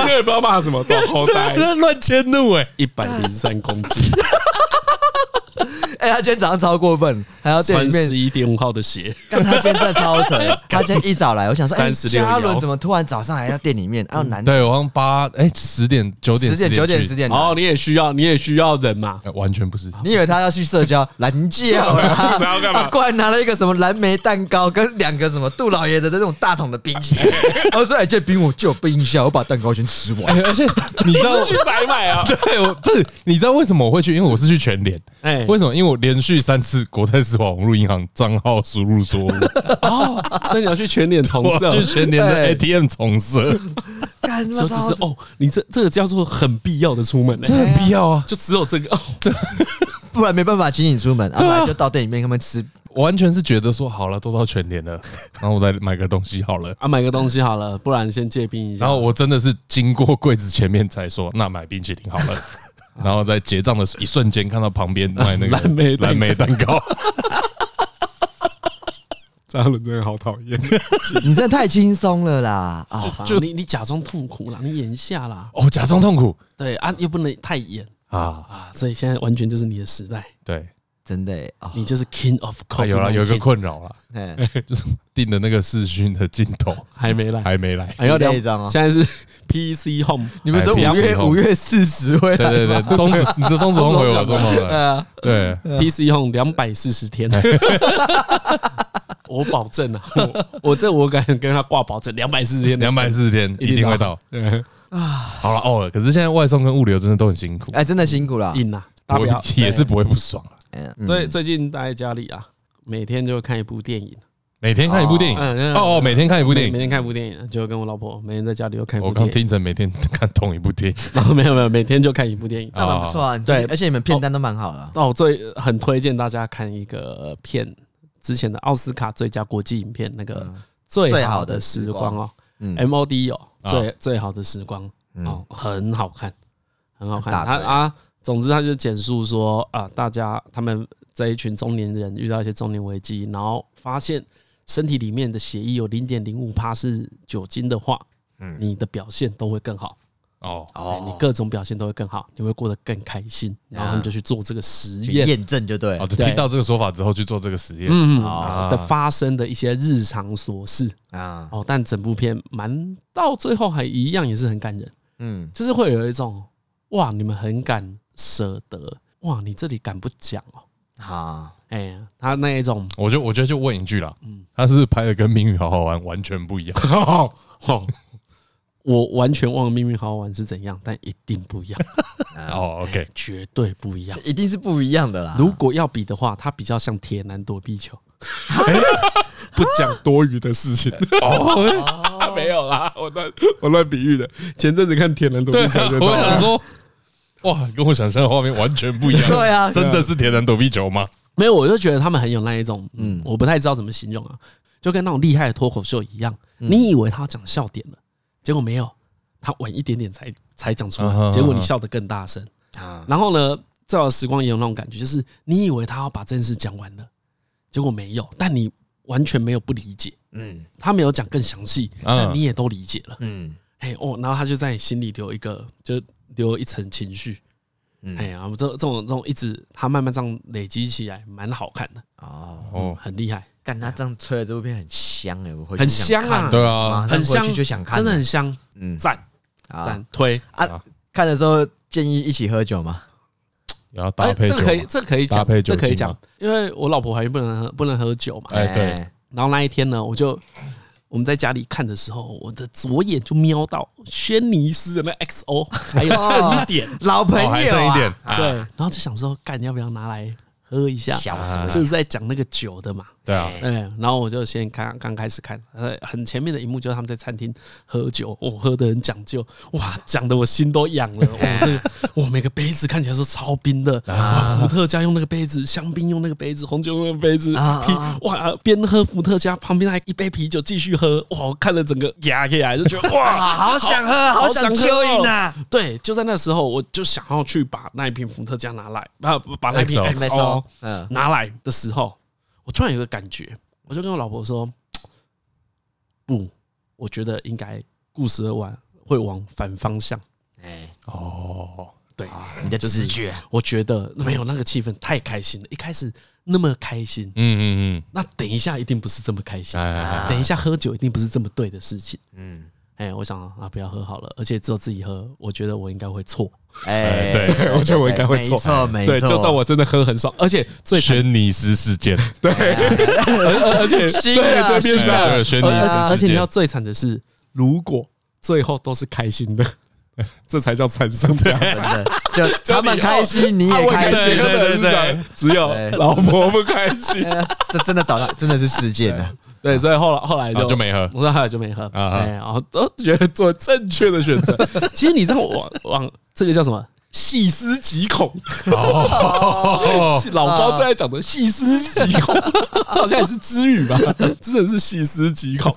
A: 因为不知道骂什么，大口袋
B: 乱迁怒哎、
A: 一百零三公斤，
C: 哎、哎、他今天早上超过分，还要店
A: 穿
C: 里面
A: 十一点五号的鞋，
C: 但他今天真的超扯，他今天一早来，我想说，哎、
B: 36
C: 嘉伦
B: 摇
C: 怎么突然早上来到店里面？然后男的
B: 对，我好像八哎十点九点
C: 十点九点
B: 去
C: 十点，
A: 哦，你也需要，你也需要人嘛。
B: 呃完全不是。
C: 你以为他要去社交拦截好了？
B: 不知道 干嘛
C: 他过来拿了一个什么蓝莓蛋糕跟两个什么杜老爷的那种大桶的冰淇淋，我说：“哎，这冰我就有冰箱，我把蛋糕先吃完。
B: 哎，而且你知道，
A: 采买啊
B: 对，我不是你知道为什么我会去？因为我是去全联。
A: 哎，
B: 为什么？因为我连续三次国泰世华网络银行账号输入错误，
A: 哦，所以你要去全脸重
B: 我
A: 设，
B: 去全联的 ATM 重设，”
C: 干
A: 说只是哦，你这这个叫做很必要的出门
B: 这
A: 欸，
B: 很必要啊！
A: 就只有这 个哦，
C: 不然没办法请你出门，啊，不
B: 对啊
C: 然就到店里面跟他们吃。
B: 我完全是觉得说好了，都到全联了，然后我再买个东西好了。
A: 啊，买个东西好了，不然先借冰一下。
B: 然后我真的是经过柜子前面才说，那买冰淇淋好了。然后在结账的一瞬间，看到旁边卖那个
A: 蓝莓蛋糕
B: 蓝莓蛋糕，
D: 张伦真的好讨厌。
C: 你真的太轻松了啦！啊，
A: 好吧你你假装痛苦啦，你演一下啦，
B: 哦，假装痛苦
A: 对啊，又不能太演
B: 啊，
A: 啊，所以现在完全就是你的时代，
B: 对，
C: 真的欸啊，
A: 你就是 King of
B: 啊
A: Coffee。
B: 有了有一个困扰了，
C: 哎
B: 就是订的那个视讯的镜头
A: 还没来，
B: 还没来。
A: 还要聊
C: 那一张啊
A: 现在是 PC Home，
C: 你们说
B: 哎
C: 五
B: 不
C: 月
B: 要
C: 五月四十会
B: 对
C: 来
B: 对
C: 吗？
B: 对，中指你的中指峰回我中指
C: 对
B: 了，
C: 啊，
B: 对，
A: PC Home 两百四十 天，我保证啊，我我这我敢跟他挂保证，两百四十天，
B: 两百四十天一
A: 一定
B: 定
A: 到
B: 会到。好了哦，可是现在外送跟物流真的都很辛苦，
C: 哎，真的辛苦了。
A: 硬啊，大不
B: 我
A: 了
B: 也是。不会不爽啊
A: 对
C: 嗯
A: 所以最近待在家里啊，每天就看一部电影，
B: 每天看一部电影，
A: 嗯嗯
B: 哦哦，每天看一部电
A: 每
B: 影
A: 每，天看一部电影，就跟我老婆每天在家里就看一部
B: 我刚
A: 电影，
B: 听成每天看同一部电影，
A: 然 后没有没有，每天就看一部电影。
C: 那蛮不错啊，
A: 对
C: 对，而且你们片单都蛮好的啊。
A: 那我哦最很推荐大家看一个片，之前的奥斯卡最佳国际影片那个《嗯最好的时光》哦
C: 嗯，
A: ，M O D 哦，
B: 啊
A: 最最好的时光哦，很好看，很好看。
C: 大
A: 他
C: 腿
A: 啊，总之他就简述说啊，大家他们这一群中年人遇到一些中年危机，然后发现身体里面的血液有零点零五帕是酒精的话，你的表现都会更好。
B: 哦，
A: 哎你各种表现都会更好，你会过得更开心。然后他们就去做这个实
C: 去
A: 验，
C: 验证就对
B: 哦，就听到这个说法之后去做这个实验，
A: 嗯
C: 啊
A: 的发生的一些日常琐事
C: 啊，
A: 哦。但整部片蛮到最后还一样也是很感人，
C: 嗯，
A: 就是会有一种哇，你们很敢舍得，哇，你这里敢不讲哦，
C: 好，
A: 哎、他那 一种
B: 我就我觉得就问一句啦，他是不是拍的跟《命运好好玩》完全不一样，
A: 嗯 哦，我完全忘了命运好好玩是怎样，但一定不一 样，
B: 哦，OK，
A: 绝对不一样。
C: 一定是不一样的
D: 啊
C: 啦。
A: 如果要比的话，它比较像铁男躲避球。哦
D: 不讲多余的事情。
B: 哎
D: 哦， 没有啦，我乱我乱比喻的。前阵子看《铁人独
B: 对
D: 臂
B: 啊
D: 球》，就
B: 我想说，哇，跟我想象的画面完全不一样，
C: 对啊
B: 真的是铁人躲避球吗？
A: 没有，我就觉得他们很有那一种，嗯，我不太知道怎么形容啊，就跟那种厉害的脱口秀一样，
B: 嗯
A: 你以为他讲笑点了，结果没有，他晚一点点才才讲出
B: 啊哈
A: 来，结果你笑得更大声。
C: 啊，
A: 然后呢，最好的时光也有那种感觉，就是你以为他要把这件事讲完了，结果没有，但你完全没有不理解，
C: 嗯
A: 他没有讲更详细，
B: 嗯
A: 但你也都理解了。
C: 嗯，
A: 哎哦，然后他就在你心里留一个，就留一层情绪。
C: 嗯
A: 哎呀，我们这这种这种一直，他慢慢这样累积起来，蛮好看的，
C: 哦，
B: 哦，
A: 很厉害。
C: 干他这样吹的这部片很香哎，我回去
A: 很
C: 就想
A: 香啊
C: 看
B: 对
C: 马
B: 啊，
C: 上
A: 很香
C: 回去就想看，
A: 真的很香，
C: 嗯
A: 赞
C: 啊
A: 赞推。
C: 啊！看的时候建议一起喝酒嘛，
B: 也要搭
A: 哎，
B: 配
A: 这
B: 酒
A: 个可以，
B: 嘛，
A: 这个可以
B: 搭
A: 讲
B: 配，酒
A: 这可以
B: 精
A: 讲
B: 嘛，
A: 因为我老婆怀孕不能喝不能喝酒嘛。
B: 哎对
A: 然后那一天呢，我就我们在家里看的时候，我的左眼就瞄到轩尼诗的那 XO 还有剩一点，
C: 老朋
B: 哦，还
C: 友
B: 剩一
C: 啊
B: 点，哦啊
A: 对，然后就想说，干要不要拿来喝一下？
C: 小
B: 啊
A: 这是在讲那个酒的嘛。
B: 对啊，
A: 哎，然后我就先看刚开始看，呃，很前面的一幕就是他们在餐厅喝酒，我、喝的很讲究，哇，讲的我心都痒了，我、
C: 哎
A: 这个我每个杯子看起来是超冰的，哇
C: 啊
A: 伏特加用那个杯子，香槟用那个杯子，红酒用那个杯子，
C: 啊
A: 啤
C: 啊
A: 哇，边喝伏特加旁边还一杯啤酒继续喝，哇，我看了整个牙起来就觉得 哇，
C: 啊，好想喝，好想
A: 想喝
C: 蚯蚓
A: 哦
C: 啊！
A: 对，就在那时候我就想要去把那一瓶伏特加拿来，把把那一瓶
B: XO
A: XO
C: 嗯，
A: 拿来的时候，我突然有个感觉，我就跟我老婆说：“不，我觉得应该故事会往会往反方向。
C: 哎，
B: 哦，
A: 对，
C: 你的直觉，
A: 我觉得没有那个气氛太开心了，一开始那么开心，
B: 嗯嗯
A: 那等一下一定不是这么开
B: 嗯，
A: 心，
B: 哎哎哎，
A: 等一下喝酒一定不是这么对的事情。
C: 嗯，
A: 哎，我想啊，不要喝好了，而且只有自己喝，我觉得我应该会错。
C: 哎，
B: 对
D: 我觉得我应该会
C: 没
D: 错
C: 错，没错，
D: 对，就算我真的喝很爽，而且最惨
B: 轩尼诗事件，
D: 对，而而且
C: 新
D: 对，
C: 的
D: 就
C: 新
D: 变
C: 的
D: 这样
B: 对
D: 了，
B: 轩尼
A: 而
B: 诗事
A: 而
B: 件，
A: 而且你要最惨的是，如果最后都是开心的，
D: 这才叫惨上加惨。
C: 真的就他们开心，你
D: 啊
C: 也
D: 我
C: 开
D: 心
B: 对
C: 心，
B: 对对对
D: 真的只有
C: 对
D: 老婆不开 心。
C: 哎这真的导向真的是事件了。
A: 对，所以后来后来
B: 然后
A: 就
B: 就没 喝，
A: 我说后来就没喝，
B: 啊
A: 哎，然后都觉得做正确的选 择。其实你这样往往这个叫什么？细思极恐，
B: 哦，
A: 老包最爱讲的细思极 恐，这好像也是知语吧？真的是细思极恐。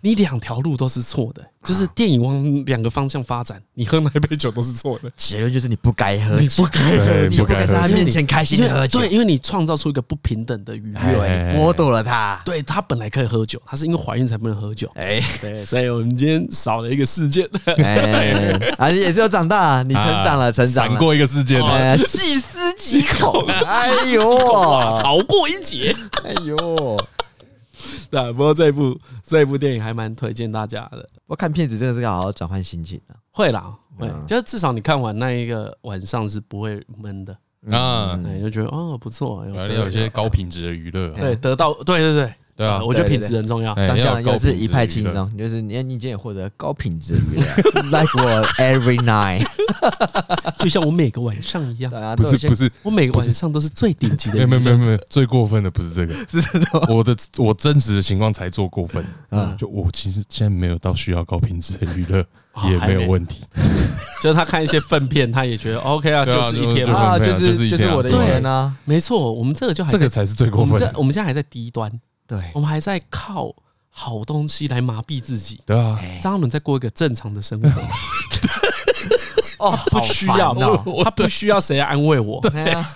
A: 你两条路都是错的，就是电影往两个方向发展，你喝那杯酒都是错的。
C: 结论就是你不该喝，
A: 你不该喝
B: 对，
C: 你
B: 不
C: 不
B: 该
C: 该在
B: 喝
C: 他
A: 酒
C: 面前开心的喝酒，
A: 对，因为你创造出一个不平等的舆
B: 哎
A: 论。
C: 对，你剥夺了他。
A: 对她本来可以喝酒，她是因为怀孕才不能喝酒。
C: 哎
A: 对，所以我们今天少了一个事 件。
C: 哎，啊，你也是有长大，你成长了，成长
B: 啊闪
C: 了，
B: 过一个事件，
C: 哎，细思极恐，哎呦，
A: 逃过一劫。
C: 哎呦，
A: 对啊，不过这一部这一部电影还蛮推荐大家的。
C: 我看片子真的是要好好转换心情啊。
A: 会啦，会，
B: 嗯
A: 就是至少你看完那一个晚上是不会闷的，
B: 啊，
A: 对，就觉得哦不错，有
B: 要有一些高品质的娱
C: 哎
B: 乐啊，
A: 对得到，对对对
B: 对啊
A: 我觉得
C: 对对
A: 品质很重要。
B: 哎
C: 张
B: 要
C: 教
B: 有
C: 授
B: 高
C: 啊又是
B: 品质
C: 一派
B: 的娱
C: 轻
B: 乐
C: 松，就是你你今天也获得高品质的娱乐，like 我 every night，
A: 就像我每个晚上一样，
C: 大家
B: 不
C: 啊都有
B: 是
C: 些
B: 不是，
A: 我每个晚上都是最顶级
B: 没
A: 的。
B: 有没有没有没有，最过分的不是这个，
C: 是这种
B: 我的我真实的情况才做过分，
C: 嗯
B: 就我其实现在没有到需要高品质的娱乐，
A: 哦
B: 也
A: 还
B: 没
A: 没
B: 有问题，
A: 就是他看一些粪片，他也觉得 OK 啊，
B: 对
A: 就
B: 啊
A: 是一天嘛。
B: 啊
C: 啊，
B: 没有
C: 就
B: 就是
C: 是
B: 一
C: 就
B: 天
C: 是
B: 啊
C: 我的一
B: 对
C: 天啊，
A: 没错，我们这个就还
B: 这
A: 在
B: 个才是最
A: 我
B: 过
A: 们
B: 分
A: 在
B: 的，
A: 我们现在还在低端，
C: 对
B: 哦
A: 我，们还在靠好东西来麻痹自己。
B: 对啊，
C: 哎
A: 张嘉伦在过一个正常的生 活，
C: 哦，
A: 不需要
C: 好烦哦，
A: 他不需要谁来安慰我。
C: 哎呀，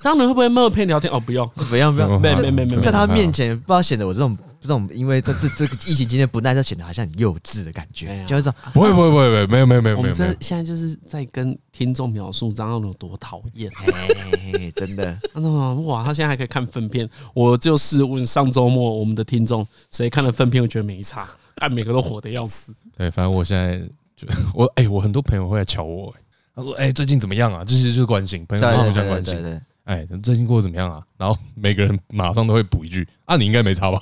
A: 张嘉伦会不会默片聊天？哦，不用，
C: 不要不要，
B: 哦啊
A: 没有没有没有没有
C: 在他面前，不知道显得我这种这种，因为这这这个疫情期间不耐，就显得好像很幼稚的感
A: 哎
C: 觉，
A: 呀
C: 就是说
B: 不会不会不会不会，没有没有没有
A: 我
B: 没
A: 们
B: 有
A: 这
B: 没有，
A: 现在就是在跟听众描述张嘉伦有多讨厌。
C: 哎，真的，
A: 那么哇， 他现在还可以看粪片。我就是问上周末我们的听众，谁看了粪片？我觉得没差，但每个都火的要死。
B: 对，反正我现在就我哎，我很多朋友会来瞧我，哎他说哎最近怎么样啊？这其实就是关心，朋
C: 对
B: 友之间互
C: 对
B: 相
C: 对
B: 关
C: 对
B: 心，
C: 对，
B: 哎最近过得怎么样啊？然后每个人马上都会补一句啊，你应该没差吧？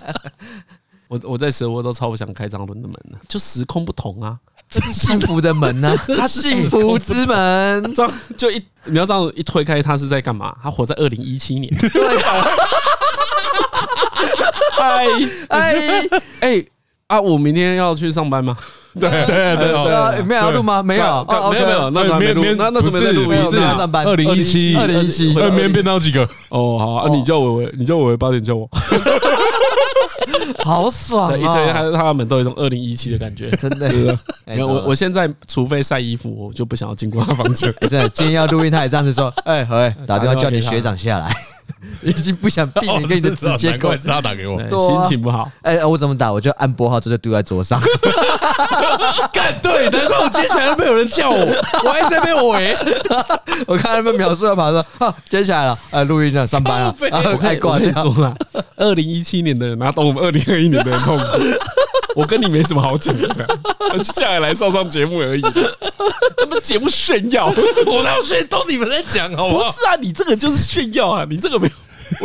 A: 我我在蛇窝都超不想开张伦的门啊了，就时空不同啊，
C: 这是幸福的门啊呢，他幸福之门，
A: 这样就一你要这样一推开，他是在干嘛？他活在二零一七年。啊 哎
C: 哎，
A: 哎啊！我明天要去上班吗？
B: 对对对
C: 对啊，没有要录吗？没有，哦
A: 没有没有，，那时候还没录，那那时候没在录，
C: 没有
A: 不
C: 没有上班
B: 二零一七
C: 二零一七，
B: 二面变到几个？
A: 哦，好啊，你叫伟伟，你叫伟伟八点叫我，
C: 好爽
A: 对，一推
C: 啊！
A: 他他们都有一种二零一七的感觉。
C: 真的，
A: 没有，我我现在除非晒衣服，我就不想要经过他房 间。
C: 哎真的今天要录音，他也这样子说，哎，喂，打电话叫你学长下来， 已经不想避免跟你的直
B: 哦是啊
C: 接
B: 难
C: 沟
B: 怪是他打给我。
A: 对，
C: 对啊
A: 心情不 好，
C: 哎、我怎么打？我就按拨号，直接丢在桌上。
B: 干对，难怪我接起来都没有人叫我，我还在被 围。
C: 我看他们描述的跑说，啊，接下来了，呃，录音了，上班啊了，然后开挂
A: 我跟
C: 掉
A: 你。说啦，二零一七年的人哪懂我们二零二一年的人 痛苦？我跟你没什么好讲的，我就下来来上上节目 而已。他们节目炫耀，
B: 我那时都你们在讲，好
A: 不？是啊，你这个就是炫耀啊，你这个没有，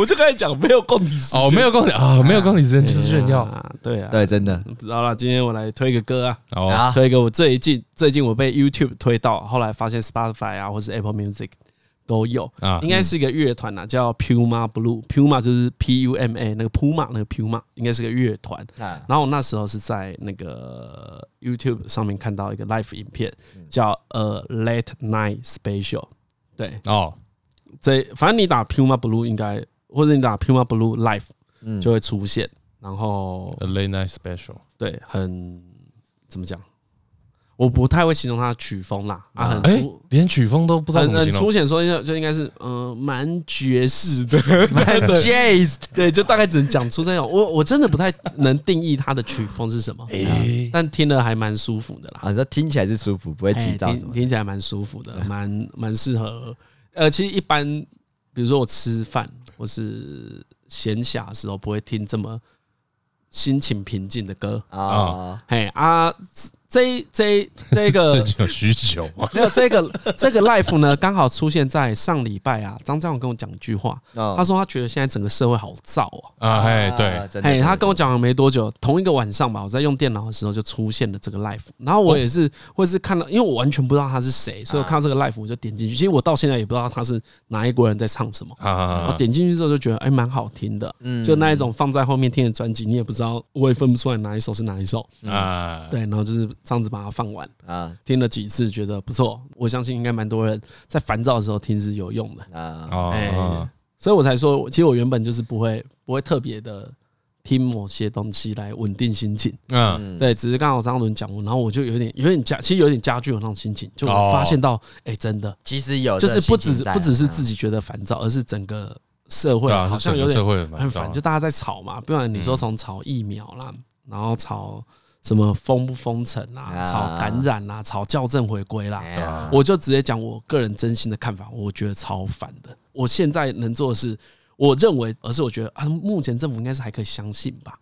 A: 我就刚才讲没有共体时间
B: 哦，没有公理啊，没有公理时间就是炫
C: 哎
B: 耀。
A: 啊，对啊，
C: 对，真的
A: 不知道啦，今天我来推个歌啊，
B: 哦，
C: 啊，
A: 推一个我最近最近我被 YouTube 推到，后来发现 Spotify 啊，或是 Apple Music 都有
B: 啊
A: 应该是一个乐团啊，叫 Puma Blue，Puma 就是 P U M A 那个 Puma 那个 Puma，应该是个乐团。
C: 啊
A: 然后我那时候是在那个 YouTube 上面看到一个 live 影片，叫呃 Late Night Special，对，
B: 哦，
A: 这反正你打 Puma Blue 应该，或者你打 Puma Blue Live
C: 嗯
A: 就会出现。然后
B: A late night special，
A: 对，很怎么讲？我不太会形容他的曲风啦，啊，很
B: 哎
A: 粗，，
B: 连曲风都不知道
A: 很
B: 怎么
A: 很
B: 形容。
A: 粗浅说一下，就应该是嗯，蛮爵士 的，
C: Jazz
A: 对，就大概只能讲出这种。我我真的不太能定义他的曲风是什么，啊
B: 哎，
A: 但听了还蛮舒服的啦。
C: 啊，这听起来是舒服，不会急
A: 哎
C: 躁什
A: 听
C: 么的。
A: 听起来蛮舒服的，蛮蛮适合。呃，其实一般，比如说我吃饭或是闲暇的时候，不会听这么心情平静的歌。
B: 哦
C: 啊，
A: 嘿啊，这这这
B: 最
A: 个
B: 近有需求吗？
A: 没有这个这个 life 呢，刚好出现在上礼拜啊。张嘉勇跟我讲一句话，他
C: 他
A: 说他觉得现在整个社会好燥哦、
B: 啊，哎，对，
C: 对
A: 哎，他跟我讲了没多久，同一个晚上吧，我在用电脑的时候就出现了这个 live，然后我也是，或是看到，因为我完全不知道他是谁，所以我看到这个 live 我就点进去。其实我到现在也不知道他是哪一国人在唱什么，然后
B: 啊，
A: 点进去之后就觉得哎蛮好听的，就那一种放在后面听的专辑，你也不知道，我也分不出来哪一首是哪一首。
B: 啊，
A: 对，然后就是这样子把它放完，
C: 啊
A: 听了几次觉得不错，我相信应该蛮多人在烦躁的时候听是有用的。
C: 啊，
B: 哦
A: 哎，所以我才说，其实我原本就是不会不会特别的听某些东西来稳定心情，
B: 嗯，
C: 嗯，
A: 对，只是刚好张伦讲过，然后我就有点有点加，其实有点加剧我那种心情，就我发
B: 哦
A: 现到，哎，真的
C: 其实有
A: 就是不只
B: 啊
A: 不只是自己
C: 己
A: 觉得烦躁，而是整个社会
B: 对啊，
A: 好像
B: 是整个
A: 有点
B: 社会哦嗯
A: 很烦，就大家在吵嘛，不然你说从吵疫苗啦，然后吵什么封不封城啦，
C: 啊
A: 吵感染啦，吵校正回归
C: 哎
A: 啦，
B: 啊，
A: 我就直接讲我个人真心的看法，我觉得超烦的。我现在能做的是，我认为，而是我觉得啊，目前政府应该是还可以相信吧。
B: 啊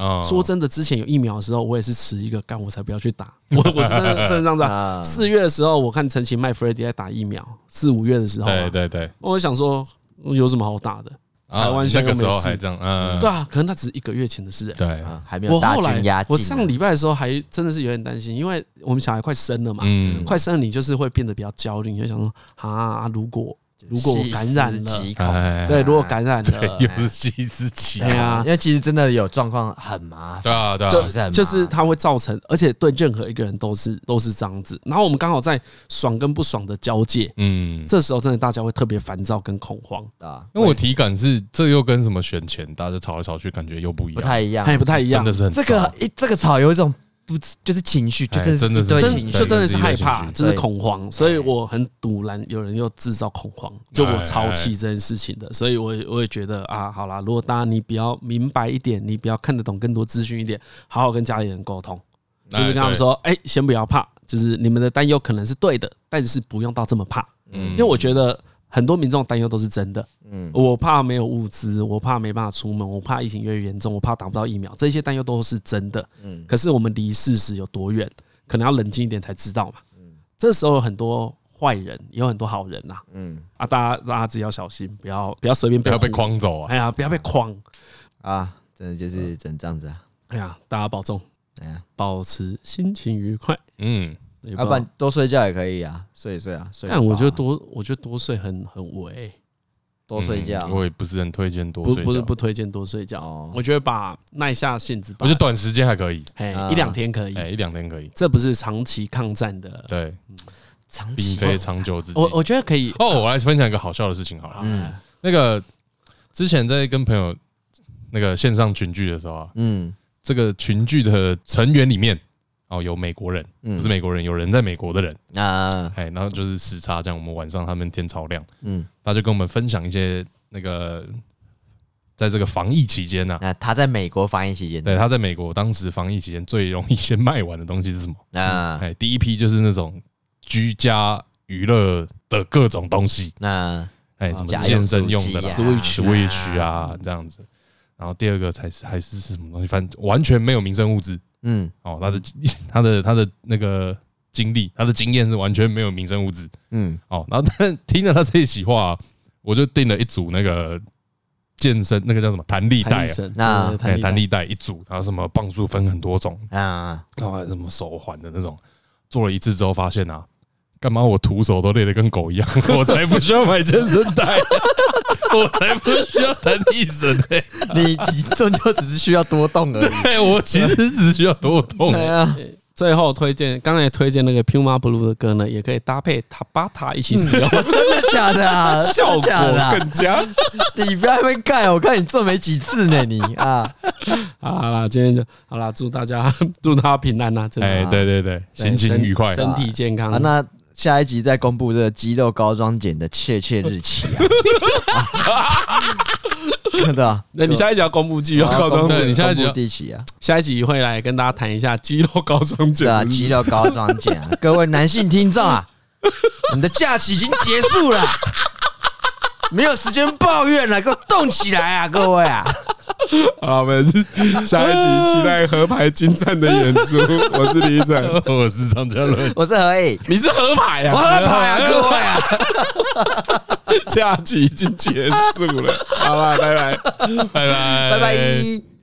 C: 嗯
A: 说真的，之前有疫苗的时候，我也是持一个干，我才不要去打。 我我是真的真的这样子啊。
C: 啊
A: 四月的时候，我看陈其迈、Freddy 在打疫苗，四五月的时候、
B: 对
A: 啊，
B: 对对，
A: 我就想说有什么好打的？
B: 啊
A: 台湾现在
B: 那
A: 又
B: 个
A: 没
B: 时候
A: 事
B: 还这样，嗯，
A: 对啊，可能那只是一个月前的事、欸。
B: 对，
C: 啊还没有
A: 我
C: 大
A: 后来
C: 军压境啊，
A: 我上礼拜的时候还真的是有点担心，因为我们小孩快生了嘛，
B: 嗯，
A: 快生了你就是会变得比较焦虑，你就想说啊，如果如果我感染了
C: 细思极恐
B: 哎，
A: 对，如果感染 了，
B: 又是西之奇，
A: 对啊
C: 哎因，为其实真的有状况很麻
B: 对
C: 烦，
B: 啊，对啊，
C: 其实很麻烦
A: 就是它会造成，而且对任何一个人都是都是这样子。然后我们刚好在爽跟不爽的交界，
B: 嗯，
A: 这时候真的大家会特别烦躁跟恐慌，
C: 啊，
B: 因为我体感是这又跟什么选前大家吵来吵去，感觉又不一
C: 不
B: 样，
C: 太一样，
A: 它哎也不太一样
B: 真的。是很
C: 这个一这个草有一种不知就是情绪，就
B: 哎
C: 真的
B: 真的
C: 一
B: 是
C: 堆
B: 真
C: 情绪
A: 就真的是害怕，
B: 对
A: 就是恐慌，所以我很堵然，有人又制造恐
C: 哎
A: 慌，就我超气这件事情的，所以我也我也觉得啊，好啦，如果大家你比较明白一点，你比较看得懂更多资讯一点，好好跟家里人沟通，
B: 哎
A: 就是跟他们说，哎，先不要怕，就是你们的担忧可能是对的，但是不用到这么怕，
B: 嗯
A: 因为我觉得很多民众担忧都是真的。
C: 嗯，
A: 我怕没有物资，我怕没办法出门，我怕疫情越来越严重，我怕打不到疫苗，这些担忧都是真的。
C: 嗯
A: 可是我们离事实有多远，可能要冷静一点才知道嘛。
B: 嗯
A: 这时候有很多坏人，也有很多好人呐、
C: 嗯
A: 啊，大家大家自己要小心，不要不要随便
B: 不要被
A: 唬，
B: 框走啊，
A: 哎呀，不要被框，
C: 啊，真的就是真这样子啊，
A: 哎呀，大家保重，
C: 哎呀，
A: 保持心情愉快。
B: 嗯，
A: 也
C: 要
A: 知
C: 啊不
A: 道
C: 然多睡觉也可以啊，睡一睡啊，睡。
A: 但我觉得多，我觉得多睡很很违，
C: 多睡觉，啊
B: 嗯我也不是很推荐多
A: 不
B: 睡觉，
A: 不是不推荐多睡觉。
C: 哦
A: 我觉得把耐下性子把，
B: 我觉得短时间还可以，
A: 哎
C: 啊
A: 一两天可以，
B: 哎，一两天可以，
A: 这不是长期抗战的
B: 对，
C: 长期
B: 并非长久之计。
A: 我我觉得可以，
B: 哦，我来分享一个好笑的事情好了。
A: 嗯，
B: 那个之前在跟朋友那个线上群聚的时候啊，
C: 嗯
B: 这个群聚的成员里面哦有美国人，
C: 嗯
B: 不是美国人，有人在美国的人，
C: 啊
B: 哎，然后就是时差这样，我们晚上他们天超亮，
C: 嗯，
B: 他就跟我们分享一些那个在这个防疫期间呢，
C: 那他在美国防疫期间，
B: 对，他在美国当时防疫期间最容易先卖完的东西是什么？
C: 那
B: 哎，第一批就是那种居家娱乐的各种东西，
C: 那
B: 哎，什么
C: 家用
B: 健身
C: 主
B: 用
C: 机
B: 的啦
C: 啊
B: Switch Switch
C: 啊
B: 啊这样子。然后第二个才是还是是什么东西，反正完全没有民生物资
C: 嗯
B: 哦，他的 他的他的那个经历，他的经验是完全没有民生物资
C: 嗯
B: 哦。然后 但听了他这一席话、我就订了一组那个健身那个叫什么弹力带
A: 弹力
B: 啊，
A: 绳
C: 那
A: 对
B: 哎，
A: 弹
B: 弹
A: 力
B: 力带一组，然后什么磅数分很多种，
C: 啊
B: 然后还有什么手环的那种，做了一次之后发现啊，干嘛我徒手都累得跟狗一样， 我才不需要买健身带， 我才不需要弹力绳嘞、
C: 你体重就只是需要多动而已。
B: 哎， 我其实只需要 多动、
C: 对啊，
A: 带。最后推荐刚才推荐那个 Puma Blue 的歌呢，也可以搭配 Tabata 一起
B: 嗯
A: 使用，
C: 真的假 的啊？
A: 效
C: 真的假的啊
A: 果更佳。
C: 你不要在那边盖，我看你做没几次呢，你啊
A: 好啦好啦，今天就好啦，祝大家 祝大家平安啊呐，真的
B: 哎，对对对，心情
A: 身
B: 愉快，
A: 身体健康
B: 嗯
C: 啊，。那下一集再公布这个肌肉高装检的确切日期 啊， 啊对啊，
A: 那你下一集要公布肌肉高中
B: 对
A: 检，
B: 你下一集要
C: 公布地期啊，
A: 下一集会来跟大家谈一下肌肉高中检
C: 对。啊，肌肉高装检 啊，各位男性听众啊，你的假期已经结束了，没有时间抱怨了，给我动起来啊，各位啊！
D: 好，我 们下一集期待河牌精湛的演 出。我是李医生。
B: 我是张嘉 伦，
C: 我是何 毅，
A: 你是合牌
C: 我
A: 啊？
C: 喝牌啊，各 位啊！
D: 假期已经结束了，好啦，拜拜。
B: 拜拜，
C: 哎拜拜。